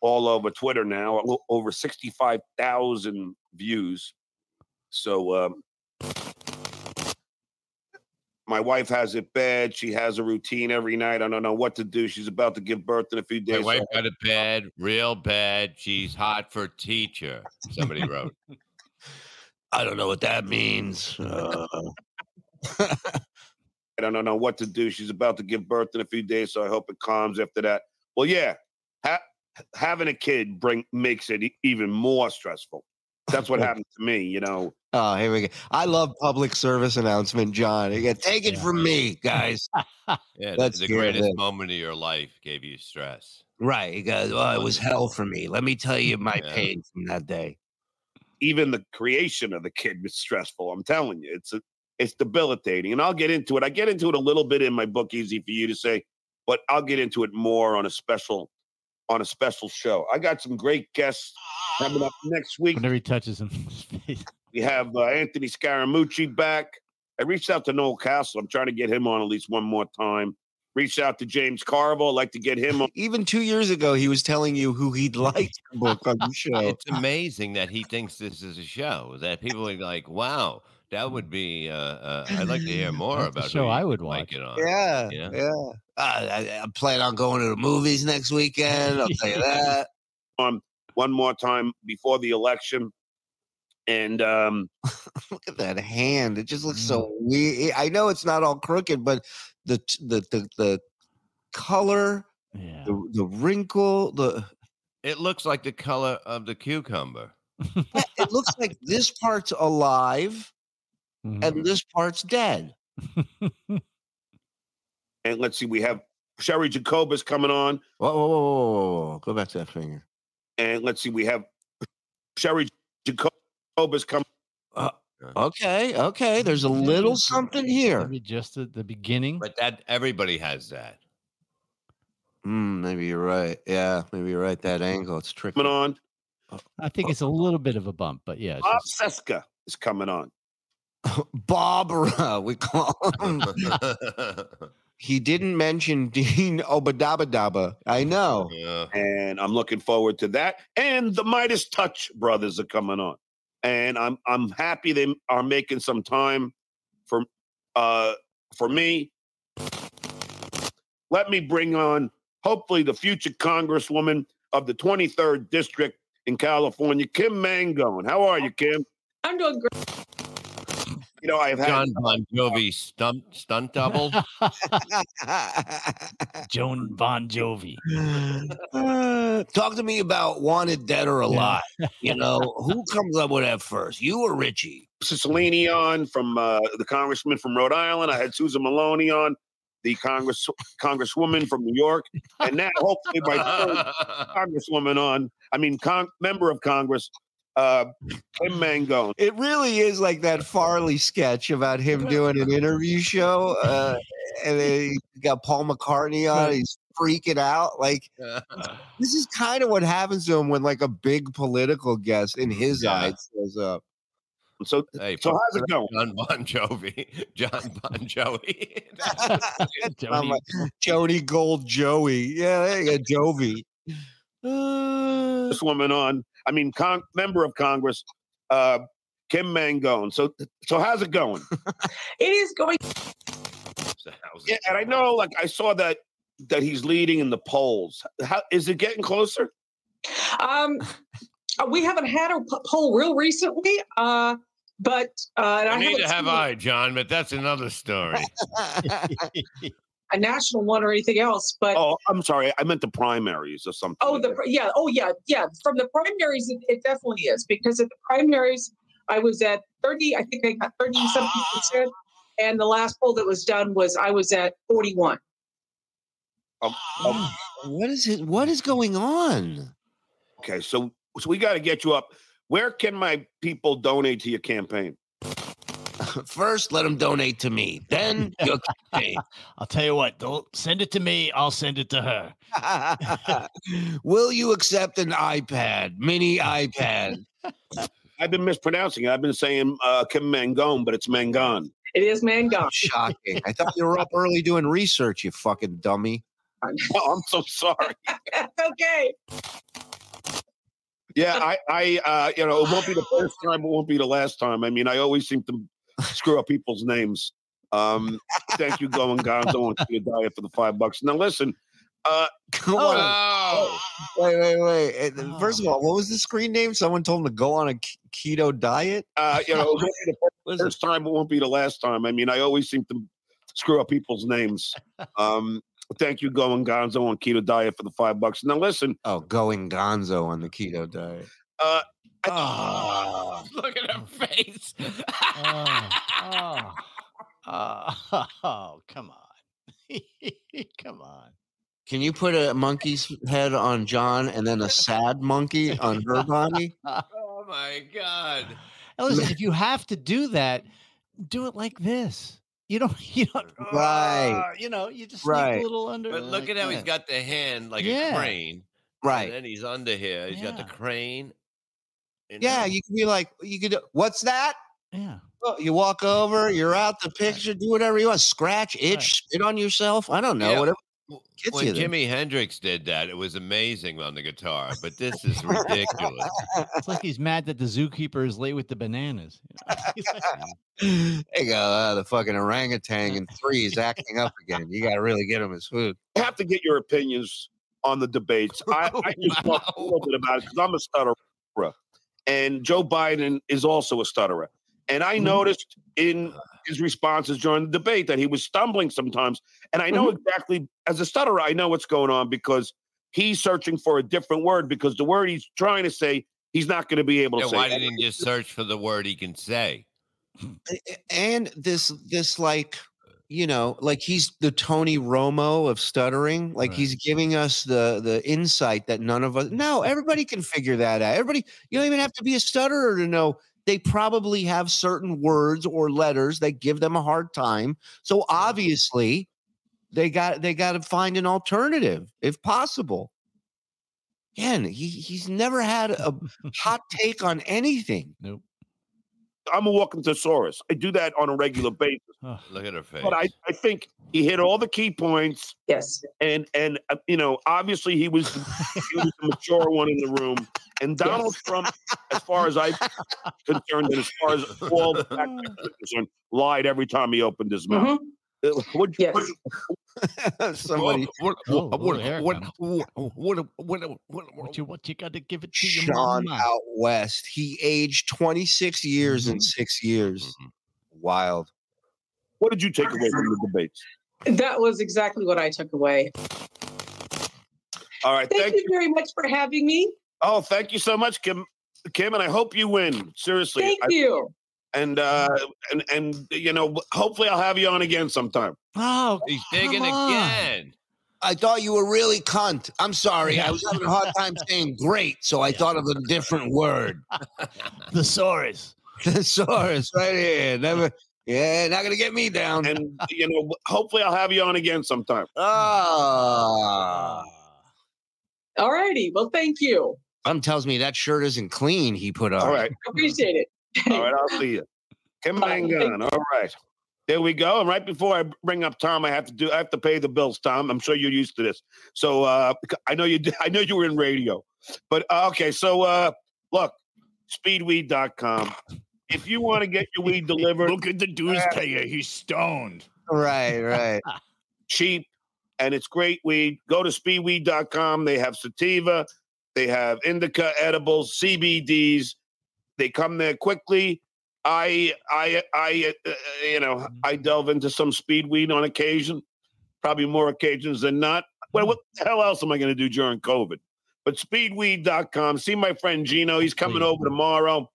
all over Twitter now, o- over 65,000 views. So um, my wife has it bad. She has a routine every night. I don't know what to do. She's about to give birth in a few My days. so wife [laughs] got a bad, real bad. She's hot for teacher. Somebody wrote. I don't know what that means. Uh, I don't know what to do. She's about to give birth in a few days, so I hope it calms after that. Well, yeah, ha- having a kid bring makes it e- even more stressful. That's [laughs] what happened to me, you know. oh, here we go. I love public service announcement, John. Yeah, take it Yeah. from me, guys. Yeah, th- Let's the hear it greatest then. moment of your life gave you stress. [laughs] right. You guys, well, it was hell for me. Let me tell you my Yeah. pain from that day. even the creation of the kid was stressful. I'm telling you, it's a, it's debilitating. And I'll get into it. I get into it a little bit in my book, Easy for You to Say, but I'll get into it more on a special on a special show. I got some great guests coming up next week. Whenever he touches him, [laughs] his face. We have uh, Anthony Scaramucci back. I reached out to Noel Castle. I'm trying to get him on at least one more time. Reached out to James Carville. I'd like to get him on. Even two years ago, he was telling you who he'd [laughs] like to book on the Oh, show. It's amazing that he thinks this is a show that people are like, "Wow, that would be." Uh, uh, I'd like [laughs] to hear more That's the about who show you I would [laughs] like watch. it on. Yeah, Yeah. yeah. Uh, I, I'm planning on going to the movies next weekend. I'll tell you [laughs] that. one more time before the election. And um, Look at that hand; it just looks so weird. I know it's not all crooked, but the t- the the, the color, Yeah. the, the wrinkle, the It looks like the color of the cucumber. it looks [laughs] like this part's alive Mm-hmm. and this part's dead. and let's see, we have Sherry Jacobus coming on. Whoa, whoa, whoa, whoa, whoa, whoa, whoa. Go back to that finger. And let's see, we have Sherry Jacobus come. Okay, okay. There's a little something here. Maybe just at the beginning. But that everybody has that. Mm, maybe you're right. Yeah, maybe you're right. That angle, it's tricky. Coming on, I oh. think it's a little bit of a bump, but yeah. it's Bob just- Seska is coming on. Barbara, we call him. [laughs] He didn't mention Dean Obadabadaba. [laughs] I Oh. know. Yeah. and I'm looking forward to that. And the Midas Touch brothers are coming on, and I'm I'm happy they are making some time for uh for me. Let me bring on, hopefully, the future Congresswoman of the 23rd District in California, Kim Mangone. How are you, Kim? I'm doing great. You know, I've had John Bon Jovi stunt stunt double. [laughs] Joan Bon Jovi. Uh, talk to me about wanted dead or alive. You know, [laughs] who comes up with that first? You or Richie? Cicilline on from uh, the congressman from Rhode Island. I had Susan Maloney on, the Congress Congresswoman from New York, and now hopefully my third Congresswoman on. I mean, con- member of Congress, uh, Kim Mangone. It really is like that Farley sketch about him doing an interview show, uh, and then he got Paul McCartney on. He's freaking out. Like this is kind of what happens to him when like a big political guest in his Yeah. eyes shows [laughs] up. So, Hey, so how's it going? [laughs] John Bon Jovi. John Bon [laughs] Jovi. [laughs] e I'm like, Joni Gold Joey. Yeah, there you go, Jovi. Uh, [laughs] this woman on. I mean, con- member of Congress, uh, Kim Mangone. So, so how's it going? It is going. yeah, and I know, like, I saw that that he's leading in the polls. How is it getting closer? Um, uh, we haven't had a p- poll real recently, uh, but uh, and I I need haven't to have seen I, John, but that's another story. Uh, [laughs] a national one or anything else. But Oh, I'm sorry, I meant the primaries or something. Oh, the pri- yeah, oh yeah, yeah. From the primaries, it, it definitely is because at the primaries, I was at thirty. I think they got thirty something percent, and the last poll that was done was I was at forty-one. Oh, Um, Ah. what is it? What is going on? Okay, so so we got to get you up. Where can my people donate to your campaign? First, let him donate to me. Then you'll campaign. I'll tell you what, don't send it to me. I'll send it to her. [laughs] Will you accept an iPad, mini [laughs] iPad? I've been mispronouncing it. I've been saying uh, Kim Mangone, but it's Mangone. It is Mangone. Oh, Shocking. I thought you were up early doing research, you fucking dummy. [laughs] [laughs] Oh, I'm so sorry. [laughs] That's okay. Yeah, I, I, uh, you know, it won't be the first time. It won't be the last time. I mean, I always seem to screw up people's names. Um, thank you, Going Gonzo, and your diet for the five bucks. Now, listen, Go on a- Oh, wait, wait, wait. And then, First of all, what was the screen name? Someone told him to go on a ke- keto diet. uh, you know, it won't be the fir- first time. It won't be the last time. I mean, I always seem to screw up people's names. Um, thank you, Going Gonzo, and keto diet for the five bucks. Now, listen, Oh, going gonzo on the keto diet. oh, look at her face. Oh, [laughs] oh, oh, [laughs] oh, come on. [laughs] come on. Can you put a monkey's head on John and then a sad monkey on her body? Oh my God. And listen, if you have to do that, do it like this. You don't, [laughs] you don't, [laughs] Right. "Ah," you know, you just sneak Right. a little under. Mm-hmm. But look like at how he's that. got the hand like Yeah. a crane. And Right. then he's under here. He's got the Yeah. crane. and Yeah, then- you could be like, you could. What's that? [laughs] Yeah. Oh, You walk over, you're out the picture, do whatever you want. Scratch, itch, Right. spit on yourself. I don't know. Yeah. Whatever. W- gets you When there. [gasps] Jimi Hendrix did that, it was amazing on the guitar, but this is ridiculous. It's like he's mad that the zookeeper is late with the bananas. you know? He's like, There you go. ah, the fucking orangutan in three is acting up again. You got to really get him his food. I have to get your opinions on the [laughs] debates. I, Oh, I just talked a little bit about it because I'm a stutterer, and Joe Biden is also a stutterer. And Mm-hmm. I noticed in Uh. his responses during the debate that he was stumbling sometimes. And I know Mm-hmm. exactly as a stutterer, I know what's going on because he's searching for a different word because the word he's trying to say, he's not going to be able to Yeah, say. why didn't he just search for the word he can say? And this, this like, you know, like he's the Tony Romo of stuttering. Like Right. he's giving us the the insight that none of us. No, everybody can figure that out. Everybody, you don't even have to be a stutterer to know they probably have certain words or letters that give them a hard time. So obviously, they got they got to find an alternative if possible. Again, he, he's never had a hot take on anything. [laughs] I'm a walking thesaurus. I do that on a regular basis. "Ugh." Look at her face. But I, I think he hit all the key points. Yes. and and uh, you know obviously he was, he was the [laughs] mature one in the room and donald trump as far as i'm [laughs] concerned and as far as all the fact checkers are concerned lied every time he opened his mouth Uh, Mhm. What, yes. Somebody. What, Oh, what, oh, there what, it what, comes. what, what, what, what, [laughs] What you what you gotta give it to your Sean mama. out west. He aged 26 years Mm-hmm. in six years. Wild. what did you take away from the debates? Mm-hmm. That was exactly what I took away. All right. Thank, Thank you very much for having me. Oh, thank you so much, Kim. Kim, and I hope you win. Seriously. Thank I- you. And uh and and you know, hopefully I'll have you on again sometime. Oh, He's digging Come on. again. I thought you were really cunt. I'm sorry. I was having a hard time saying great, so I thought of a [laughs] different word. [laughs] thesaurus. Thesaurus right here. Never. Yeah, not gonna get me down. And you know, hopefully I'll have you on again sometime. [laughs] Ah. All righty. Well, thank you. Some tells me that shirt isn't clean. He put on. All right. Appreciate it. All [laughs] right, I'll see you. Kim Bye. Mangan. All right. There we go. And right before I bring up Tom, I have to do I have to pay the bills, Tom. I'm sure you're used to this. So uh I know you did, [laughs] I know you were in radio. But uh, okay, so uh look, speedweed.com. If you want to get your weed delivered, [laughs] Look at the dues payer. He's stoned. [laughs] Right. Right. cheap and it's great weed. Go to speedweed.com. They have sativa, they have indica edibles, CBDs. They come there quickly. I I I uh, you know, I delve into some speed weed on occasion. Probably more occasions than not. Well, what the hell else am I going to do during COVID? But speedweed.com. See my friend Gino. He's coming Please. over tomorrow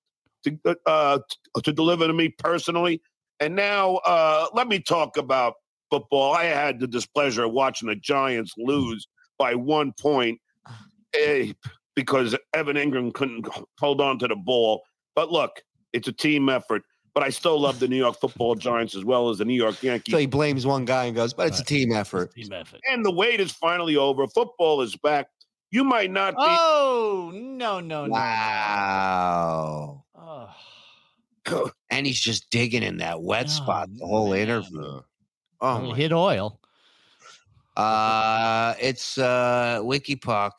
to uh, t- to deliver to me personally. And now uh, let me talk about football. I had the displeasure of watching the Giants lose by one [sighs] point eh, because Evan Ingram couldn't hold on to the ball. But look, it's a team effort. But I still love the New York [sighs] football Giants as well as the New York Yankees. So he blames one guy and goes, "But it's a Right. team effort." Team effort. And the wait is finally over. Football is back. You might not be. Oh no no no. Wow. Oh. And he's just digging in that wet Oh, spot the whole man. interview. I Oh mean, my hit oil. [laughs] Uh, it's uh, Wikipox.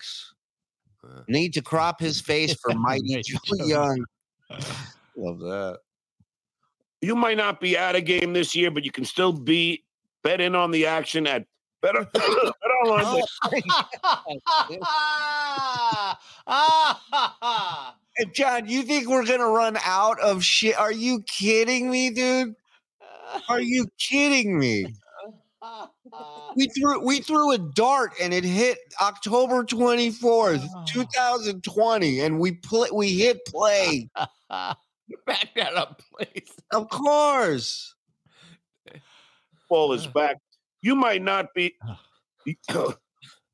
Uh, Need to [laughs] crop his face for Mighty Mighty Joe Joe. [laughs] Young. [laughs] Love that. You might not be at a game this year, but you can still be bet in on the action at better. [coughs] Hey, John, you think we're gonna run out of shit? Are you kidding me, dude? Are you kidding me? We threw we threw a dart and it hit October twenty fourth, Oh. two thousand twenty, and we play we hit play. [laughs] Back that up, please. Of course. football is back. You might not be oh,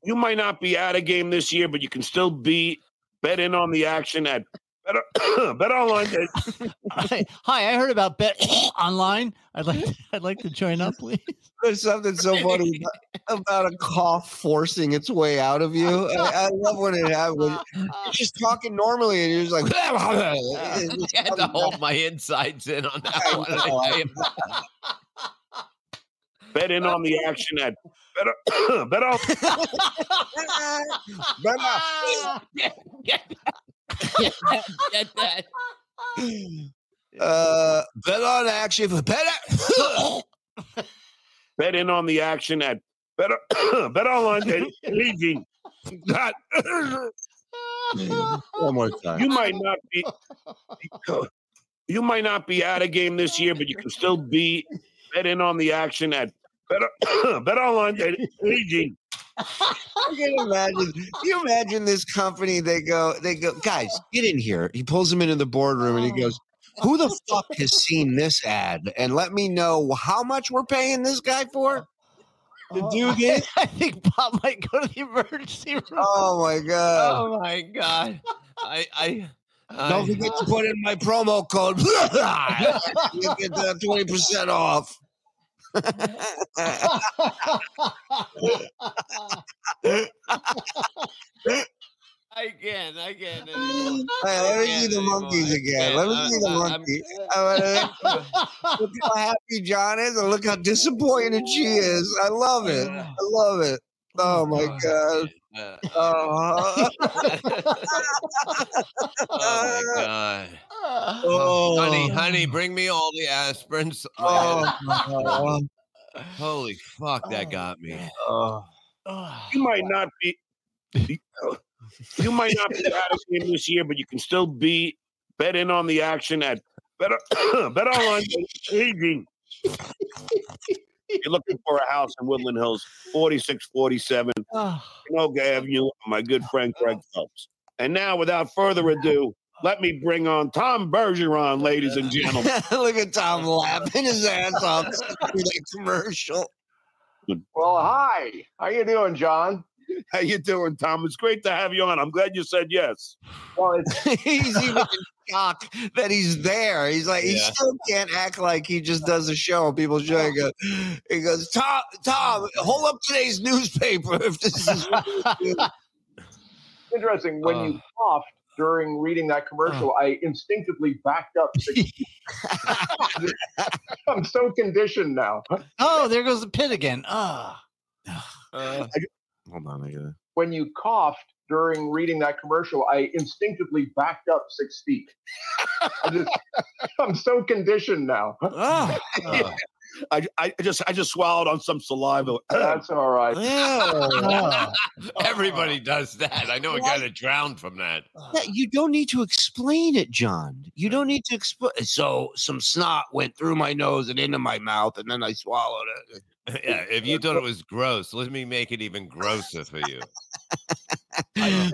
you might not be at a game this year, but you can still be bet in on the action at better [coughs] bet online. Hi, hi, I heard about bet [coughs] online. I'd like to, I'd like to join [laughs] up, please. There's something so [laughs] funny about, about a cough forcing its way out of you. I, I love when [laughs] it happens. You're just talking normally, and you're just like, [laughs] [laughs] I had to hold my insides in on that one. I tell you. Bet in on the action at better bet on [coughs] Brother, [laughs] [laughs] Get that. uh, bet on action for [laughs] better. bet in on the action at better [coughs] bet online. Not, [coughs] One more time. you might not be you might not be at a game this year, but you can still be bet in on the action at better [coughs] bet online. I can imagine. Can you imagine this company? They go, they go, guys, get in here. He pulls them into the boardroom and he goes, "Who the fuck has seen this ad? And let me know how much we're paying this guy for." To do this? I think Bob might go to the emergency room. Oh my god! Oh my god. I I, I Don't forget to put in my promo code. [laughs] you get that twenty percent off. [laughs] again, again. Hey, let me see the [laughs] monkeys again. Let me see the monkey. I wanna- Look how happy John is, and look how disappointed she is. I love it. I love it. Oh my uh, god. [laughs] Oh, oh [laughs] my god. oh. [laughs] Honey, honey, bring me all the aspirins. Oh, Oh, [laughs] Holy fuck, that got me. you might not be. uh, You might not be out of game this year, but you can still be bet in on the action at bet [coughs] bet online. You're looking for a house in Woodland Hills, 4647 Canoga Avenue, my good friend Greg Phelps. And now, without further ado, let me bring on Tom Bergeron, ladies and [laughs] gentlemen. Look at Tom laughing his ass off through that commercial. [laughs] Well, hi. How you doing, John? How you doing, Tom? It's great to have you on. I'm glad you said yes. Well, it's he's even in shock that he's there. He's like, he Yeah. still can't act like he just does a show. and People show and go, he goes, Tom, Tom, hold up today's newspaper if this is. Interesting. When you coughed during reading that commercial, I instinctively backed up. six feet. I'm so conditioned now. Oh, there goes the pit again. Ah. [laughs] Hold on, I gotta. When you coughed during reading that commercial, I instinctively backed up six feet. I just, I'm so conditioned [laughs] now. Oh, I, I just I just swallowed on some saliva. [clears throat] That's all right. [laughs] Oh, Oh. Everybody does that. I know a guy that drowned from that. [laughs] Yeah, you don't need to explain it, John. You don't need to explain. So some snot went through my nose and into my mouth, and then I swallowed it. Yeah, if you thought it was gross, let me make it even grosser for you.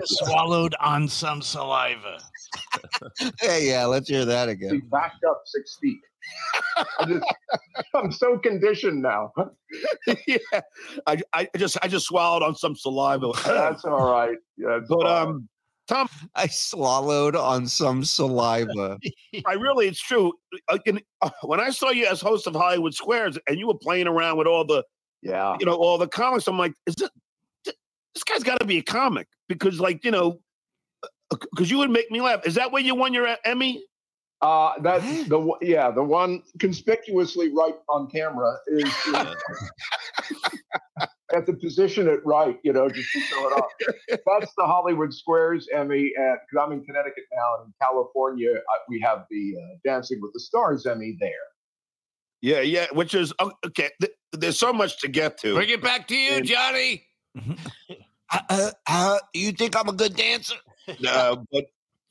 Swallowed on some saliva. [laughs] Yeah, yeah. Let's hear that be again. backed up six feet. I just, I'm so conditioned now. [laughs] yeah, I, I just I just swallowed on some saliva. [laughs] That's all right. Yeah, it's all but right. um, Tom, I swallowed on some saliva. I really it's true. Uh, in- uh, When I saw you as host of Hollywood Squares, and you were playing around with all the yeah, you know all the comics, I'm like, is this th- this guy's got to be a comic because like you know. Because you would make me laugh. Is that where you won your E, Emmy? uh, that the one- yeah the one conspicuously right on camera is, is at the position it right. You know, just to show it off. That's the Hollywood Squares Emmy, and because I'm in Connecticut now, and in California I, we have the uh, Dancing with the Stars Emmy there. Yeah, yeah. Which is oh, okay. th- there's so much to get to. Bring it back to you, Johnny. [laughs] Uh, uh, uh, you think I'm a good dancer? uh, but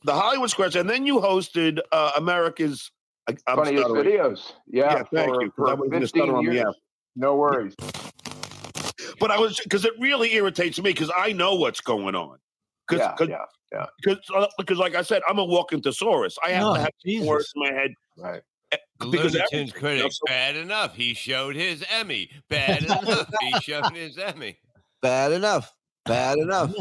the Hollywood Squares, and then you hosted uh, America's. I, I'm Funniest stuttering. videos. Yeah, Yeah, thank you, 'cause I was gonna stutter 15 on the years. app. No worries. But I was because it really irritates me because I know what's going on. Because yeah, yeah, yeah. because uh, like I said, I'm a walking thesaurus. I have No, to have Jesus. words in my head Right. because Looney Tunes everything- critics, bad enough. He showed his Emmy. [laughs] Bad enough. He showed his Emmy. Bad enough. [laughs] Bad enough.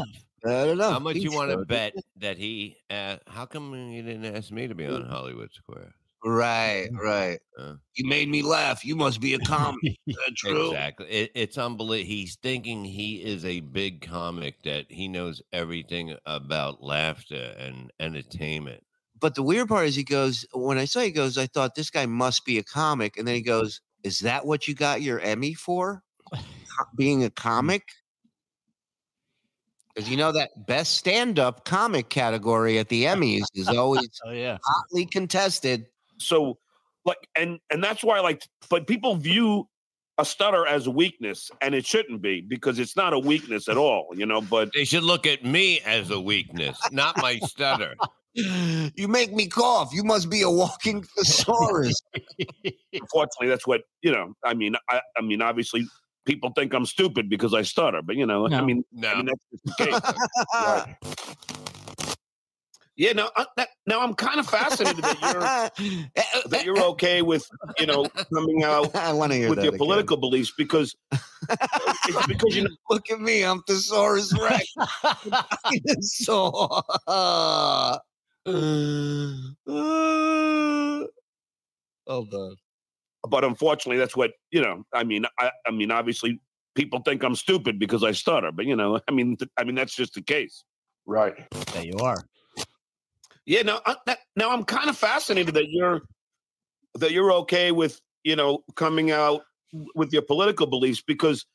Bad enough. How much Oh, He you want to showed it. bet that he? Uh, how come you didn't ask me to be on Hollywood Square? [laughs] Right, right. Uh. you made me laugh. You must be a comic. [laughs] Is that true? Exactly. It, it's unbelievable. He's thinking he is a big comic that he knows everything about laughter and entertainment. But the weird part is he goes, when I saw he goes, I thought this guy must be a comic. And then he goes, Is that what you got your Emmy for? Co- Being Mm. a comic? Because you know that best stand up comic category at the Emmys is always Oh yeah. hotly contested. So like and and that's why like but people view a stutter as a weakness and it shouldn't be because it's not a weakness at all, you know. But They should look at me as a weakness, not my [laughs] stutter. You make me cough. You must be a walking thesaurus. unfortunately, that's what you know. I mean, I, I mean, obviously, people think I'm stupid because I stutter, but you know, I No. mean, I No. mean that's just the [laughs] case. yeah, no, I, that, now I'm kind of fascinated that you're Eh, that you're okay with you know coming out I want to [laughs] hear with that your again. political beliefs because it's because you know, [laughs] Look at me, I'm thesaurus right. [laughs] so uh, hold on. but unfortunately, that's what you know. I mean, I, I mean, obviously, people think I'm stupid because I stutter, but you know, I mean, th- I mean, that's just the case. Right. [laughs] There you [laughs] are. Yeah, now I, that, now I'm kind of fascinated that you're that you're okay with you know coming out with your political beliefs because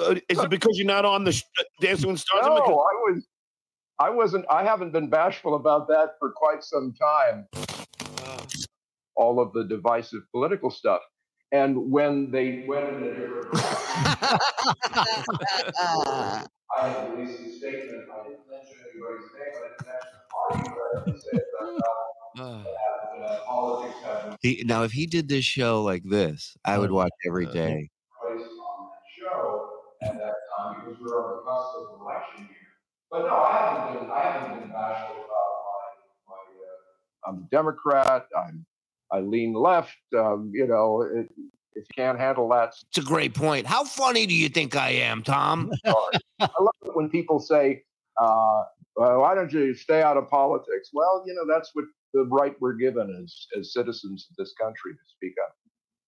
uh, is it because you're not on the sh- uh, Dancing with the Stars? No, I Because- was. I wasn't. I haven't been bashful about that for quite some time. All of the divisive political stuff. And when they went in the river, I had released a statement. I didn't mention anybody's name, I didn't mention the party, but I did say that, Ah. uh, that uh, politics had [sighs] He, now, if he did this show like this, I would watch every day. place on that show at that time because we were on the cusp of election year. But no, I haven't been, I haven't been bashful about my, my uh, I'm a Democrat, I'm, I lean left, um, you know, it, if you can't handle that, It's a great point. How funny do you think I am, [laughs] Tom? sorry. I love it when people say, uh, well, why don't you stay out of politics? Well, you know, that's what the right we're given as, as citizens of this country to speak up.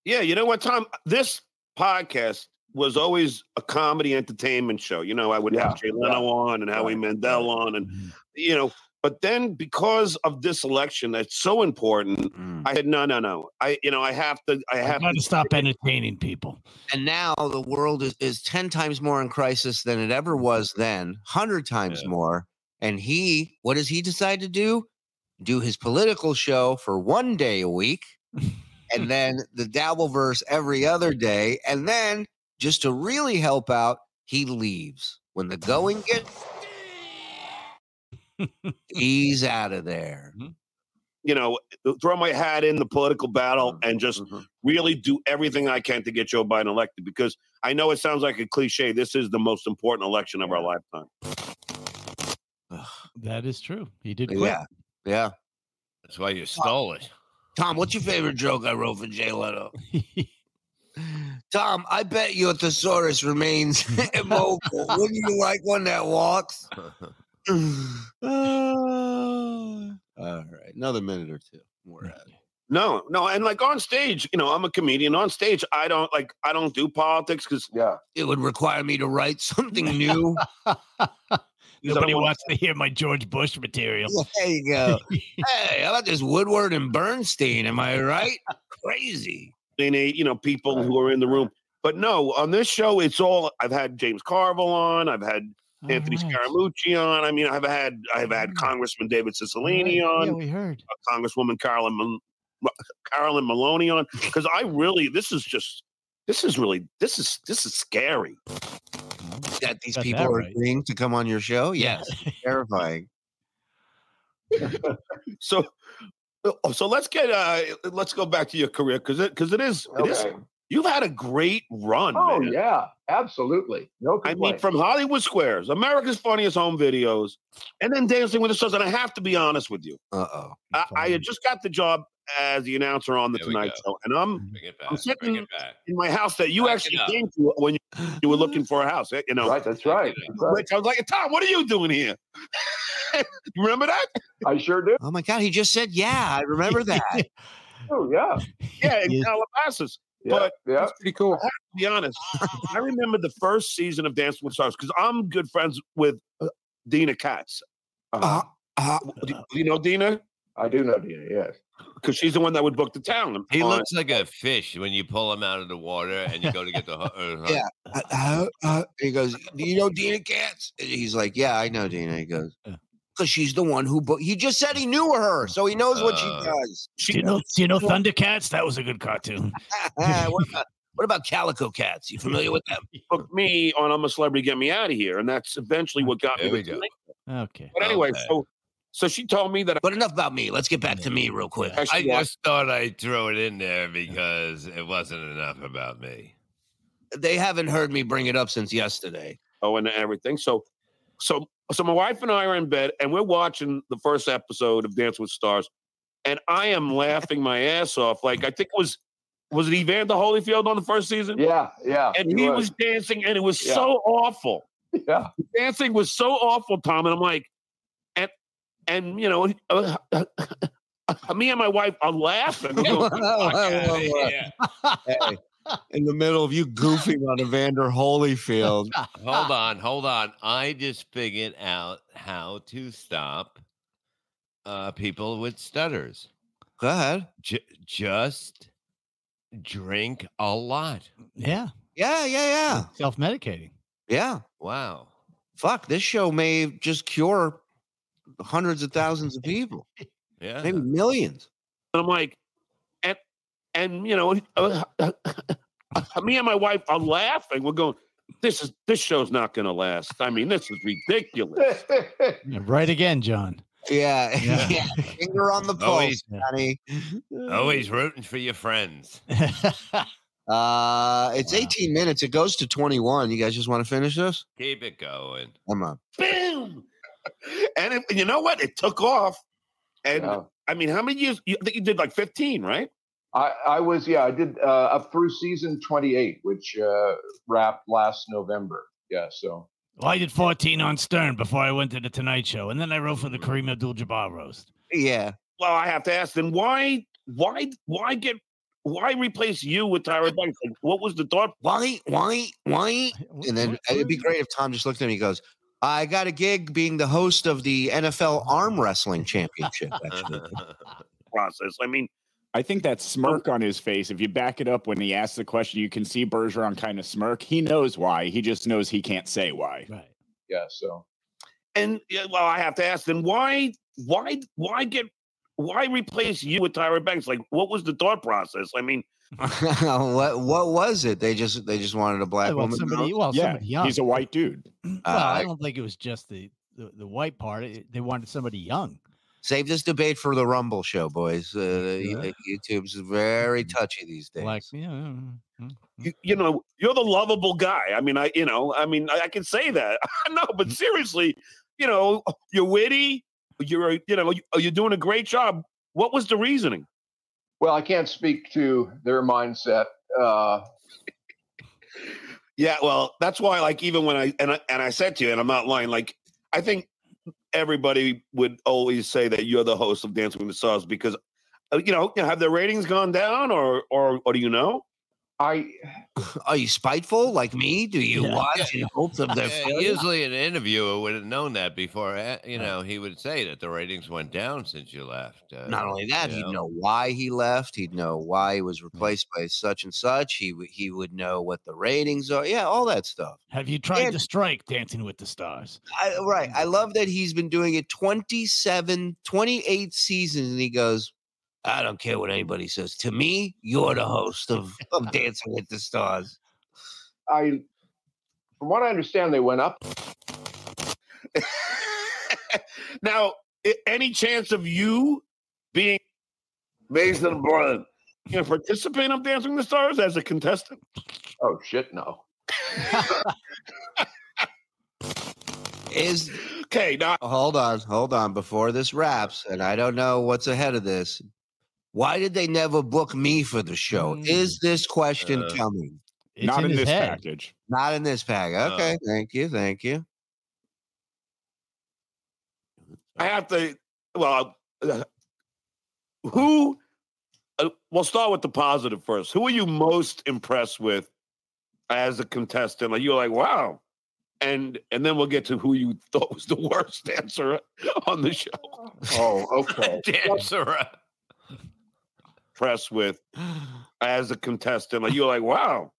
Yeah, you know what, Tom? This podcast was always a comedy entertainment show. You know, I would have Jay Leno on and Howie Mandel on, Mm-hmm. and you know. But then, because of this election, that's so important. Hmm. I said, no, no, no. I, you know, I have to. I have Got to stop entertaining people. And now the world is, is 10 times more in crisis than it ever was then, 100 times more. And he, what does he decide to do? Do his political show for one day a week, and then the Dabbleverse every other day. And then, just to really help out, he leaves. When the going gets, he's out of there. you know, throw my hat in the political battle and just really do everything I can to get Joe Biden elected because I know it sounds like a cliche. This is the most important election of our lifetime. That is true. He did. [laughs] Quit. Yeah. Yeah. That's why you stole it. Tom, what's your favorite joke I wrote for Jay Leno? Tom, I bet your thesaurus [laughs] remains [laughs] immobile. Wouldn't you like one that walks? [sighs] all right, another minute or two. We're at it. No, no, and like on stage, you know, I'm a comedian. On stage, I don't like I don't do politics because yeah, It would require me to [laughs] write something new. Nobody wants to hear my George Bush material. there [laughs] you go. Hey, how about this Woodward and Bernstein? Am I right? Crazy. they need you know people who are in the room. But no, on this show, it's all I've had James Carville on. I've had Anthony Scaramucci on. I mean, I've had I've had Congressman David Cicilline on. Yeah, we heard. uh, Congresswoman Carolyn Mal- Ma- Carolyn Maloney on because I really this is just this is really this is this is scary. That these Got people that are right. agreeing to come on your show? Yes. Terrifying. So oh, so let's get uh let's go back to your career because it because it is it is Okay. you've had a great run. Oh man. yeah, absolutely. No I complaint. mean, from Hollywood Squares, America's Funniest Home Videos, and then Dancing with the Stars. And I have to be honest with you, Uh oh. I, I had just got the job as the announcer on the There we Tonight go. Show, and I'm Bring it I'm back. Bring sitting it back. in my house that you Back it actually up. came to when you, you were looking for a house. eh, You know, right, that's right. That's right. Rich, I was like, Tom, what are you doing here? [laughs] you remember that? I sure do. Oh my God. He just said, yeah, [laughs] I remember that. Oh yeah, Yeah, in Yes. Calabasas. yeah, But- yeah. Pretty cool. To be honest, I remember the first season of Dancing with the Stars because I'm good friends with uh, Dina Katz. Uh-huh. Uh, uh, Do, do you know Dina? Uh-huh. I do know Dina. Yes. Because she's the one that would book the town. He on- looks like a fish when you pull him out of the water and you go to get the. hu- uh, Yeah. uh, uh, uh, he goes, Do you know Dina Katz? And he's like, Yeah, I know Dina. He goes, Yeah. Because she's the one who, bo-. he just said he knew her. So he knows what she Uh, does. [laughs] [laughs] Do you know? Do you know Thundercats? That was a good cartoon. what, about, what about Calico Cats? You familiar with them? booked me on I'm a Celebrity, Get Me Out of Here. And that's eventually what got Uh, There me. we with go. Tonight. Okay. But anyway, Okay. so so she told me that But enough about me. Let's get back to me real quick. I, I she wa- just thought I'd throw it in there because it wasn't enough about me. They haven't heard me bring it up since yesterday. [laughs] oh and everything. So so so my wife and I are in bed and we're watching the first episode of Dance with Stars, and I am laughing my ass off. Like I think it was was it Evander Holyfield on the first season? Yeah, yeah. And he was dancing, and it was Yeah. so awful. Yeah. Dancing was so awful, Tom. And I'm like, and and you know, uh, [laughs] me and my wife are laughing. You know, Oh, [laughs] Hey, in the middle of you goofing on Evander Holyfield. Hold on, hold on. I just figured out how to stop uh, people with stutters. Go ahead. J- just drink a lot. Yeah. Yeah, yeah, yeah. Self-medicating. Yeah. Wow. Fuck, this show may just cure hundreds of thousands of people, Yeah. maybe millions. And I'm like, and and you know, [laughs] uh, me and my wife are laughing. We're going, this is this show's not going to last. I mean, this is [laughs] ridiculous. Yeah, right again, John. [laughs] Yeah. [laughs] Yeah. Finger on the pulse, Always. Johnny. Always rooting for your friends. [laughs] Uh, it's 18 minutes. It goes to 21. You guys just want to finish this? Keep it going. I'm up. Boom! And it, you know what? It took off. And Yeah. I mean, how many years? You, I think you did like 15, right? I, I was, yeah, I did uh, up through season 28, which uh, wrapped last November. Yeah, so Well, I did 14 on Stern before I went to the Tonight Show, and then I wrote for the Kareem Abdul-Jabbar roast. Yeah. Well, I have to ask them why, why, why get, why replace you with Tyra Banks? Like, what was the thought? Why, why, why? And then it'd be great if Tom just looked at me and goes, I got a gig being the host of the NFL Arm Wrestling Championship. [laughs] Actually. process? I mean, I think that smirk on his face, if you back it up when he asks the question, you can see Bergeron kind of smirk. He knows why. He just knows he can't say why. Right. yeah, so And yeah, well, I have to ask them why, why, why get, why replace you with Tyra Banks? Like, what was the thought process? I mean, [laughs] what what was it? They just they just wanted a black Well, woman. somebody- well, yeah, somebody young. he's a white dude. [clears throat] Well, I Uh, don't think it was just the, the, the white part. It- they wanted somebody young. Save this debate for the Rumble show, boys. Uh, y- YouTube's very touchy these days. Like, yeah. mm. you, you know, you're the lovable guy. I mean, I, you know, I mean, I, I can say that. [laughs] I know, but seriously, you know, you're witty. You're, you know, you- you're doing a great job. What was the reasoning? well, I can't speak to their mindset. Uh, Yeah, well, that's why. Like, even when I and I, and I said to you, and I'm not lying. Like, I think everybody would always say that you're the host of Dancing with the Stars because, uh, you know, have their ratings gone down, or or or do you know? I Are you spiteful like me? Do you Yeah. watch and hope of their Yeah, failure? usually, an interviewer would have known that before. eh, You know, he would say that the ratings went down since you left. Uh, Not only that, you he'd know why he left. He'd know why he was replaced by such and such. He w- he would know what the ratings are. Yeah, all that stuff. Have you tried And- to strike Dancing with the Stars? I, uh, right. I love that he's been doing it 27, 28 seasons, and he goes, I don't care what anybody says. To me, you're the host of, of Dancing with the Stars. I, from what I understand, they went up. [laughs] Now, i- any chance of you being Mason Blunt, you know, participant of Dancing with the Stars as a contestant? Oh shit, no. Is Okay, now hold on, hold on. Before this wraps, and I don't know what's ahead of this. Why did they never book me for the show? Is this question Mm, Uh, coming? It's Not in, his this head. package. Not in this pack. No. Okay, thank you, thank [laughs] you. I have to. Well, uh, who? Uh, we'll start with the positive first. Who are you most impressed with as a contestant? Like you're like, wow, and and then we'll get to who you [laughs] thought was the worst [laughs] dancer on the show. Oh, okay. [laughs] dancer. Impressed with as a contestant. Like you're like, wow,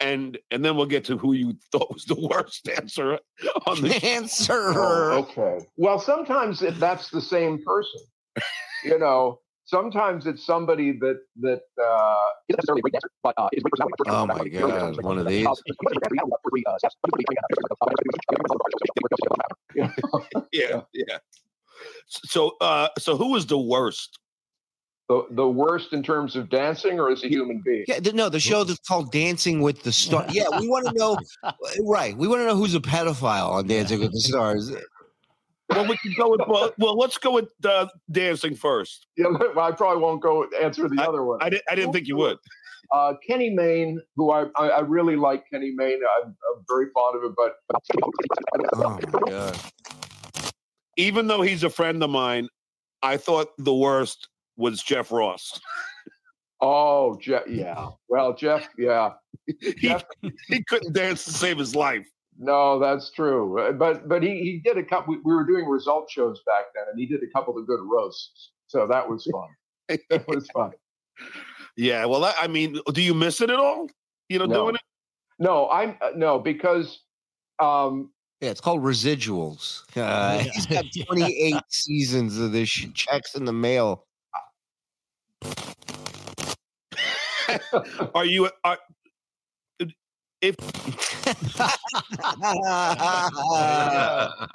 and and then we'll get to who you [laughs] thought was the worst dancer on [laughs] the show. [laughs] Answer. Oh, okay. Well, sometimes it, that's the same person. You know, sometimes it's somebody that that uh, isn't necessarily a great dancer, but uh, is a great personality. Oh my God, one of these. Yeah. Yeah, yeah. So uh so who was the worst? The, the worst in terms of dancing, or as a human being? Yeah, th- no, the show that's called Dancing with [laughs] the Stars. Yeah, we want to know, uh, right? We want to know who's a pedophile on Dancing with the Stars. Well, we can go with well, well let's go with uh, dancing first. Yeah, I probably won't go answer the other one. I didn't I didn't think you would. Uh, Kenny Mayne, who I, I, I really like Kenny Mayne. I'm, I'm very fond of him, but Oh my God. Even though he's a friend of mine, I thought the worst was Jeff Ross. [laughs] oh, Jeff, yeah. Well, Jeff, yeah. He, he couldn't dance to save his life. No, that's true. Uh, But but he, he did a couple. We were doing result shows back then, and he did a couple of good roasts. So that was fun. that was fun. Yeah, well, I, I mean, do you miss it at all? You know, No. doing it. No, I'm uh, no because um, Yeah, it's [laughs] called Residuals. Uh, [laughs] Yeah. He's got [laughs] Yeah. 28 seasons of this sh- checks in the mail. are you? Are, if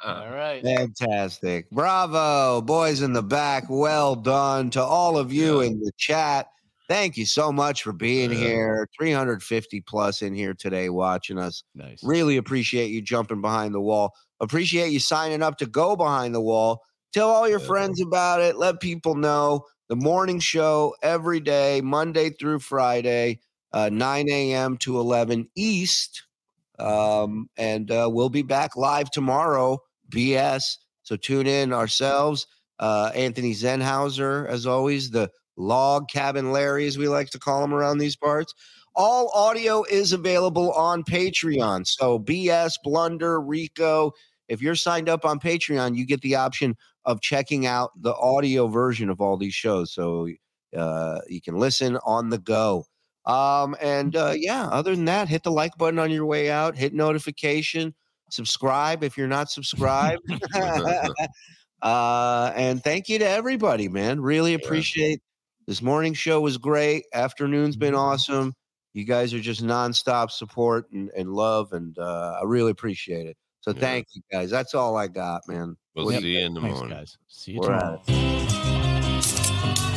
All right. [laughs] Fantastic. Bravo, boys in the back. Well done to all of you in the chat. Thank you so much for being here. 350 plus in here today watching us. Nice. Really appreciate you jumping behind the wall. Appreciate you signing up to go behind the wall. Tell all your friends about it. Let people know. The morning show every day, Monday through Friday, uh, 9 a.m. to 11 East. Um, and uh, we'll be back live tomorrow, BS. So tune in ourselves. Uh, Anthony Zenhauser, as always, the log cabin Larry, as we like to call him around these parts. All audio is available on Patreon. So BS, Blunder, Rico. If you're signed up on Patreon, you get the option of checking out the audio version of all these shows. So uh, you can listen on the go. Um, and uh, yeah, other than that, hit the like button on your way out, hit notification, subscribe if you're not subscribed. uh, and thank you to everybody, man. Really appreciate this morning show was great. Afternoon's been awesome. You guys are just nonstop support and, and love, and uh, I really appreciate it. So Yeah. thank you guys. That's all I got, man. [laughs] We'll What do see you in the Thanks, morning. guys. See you We're tomorrow. out.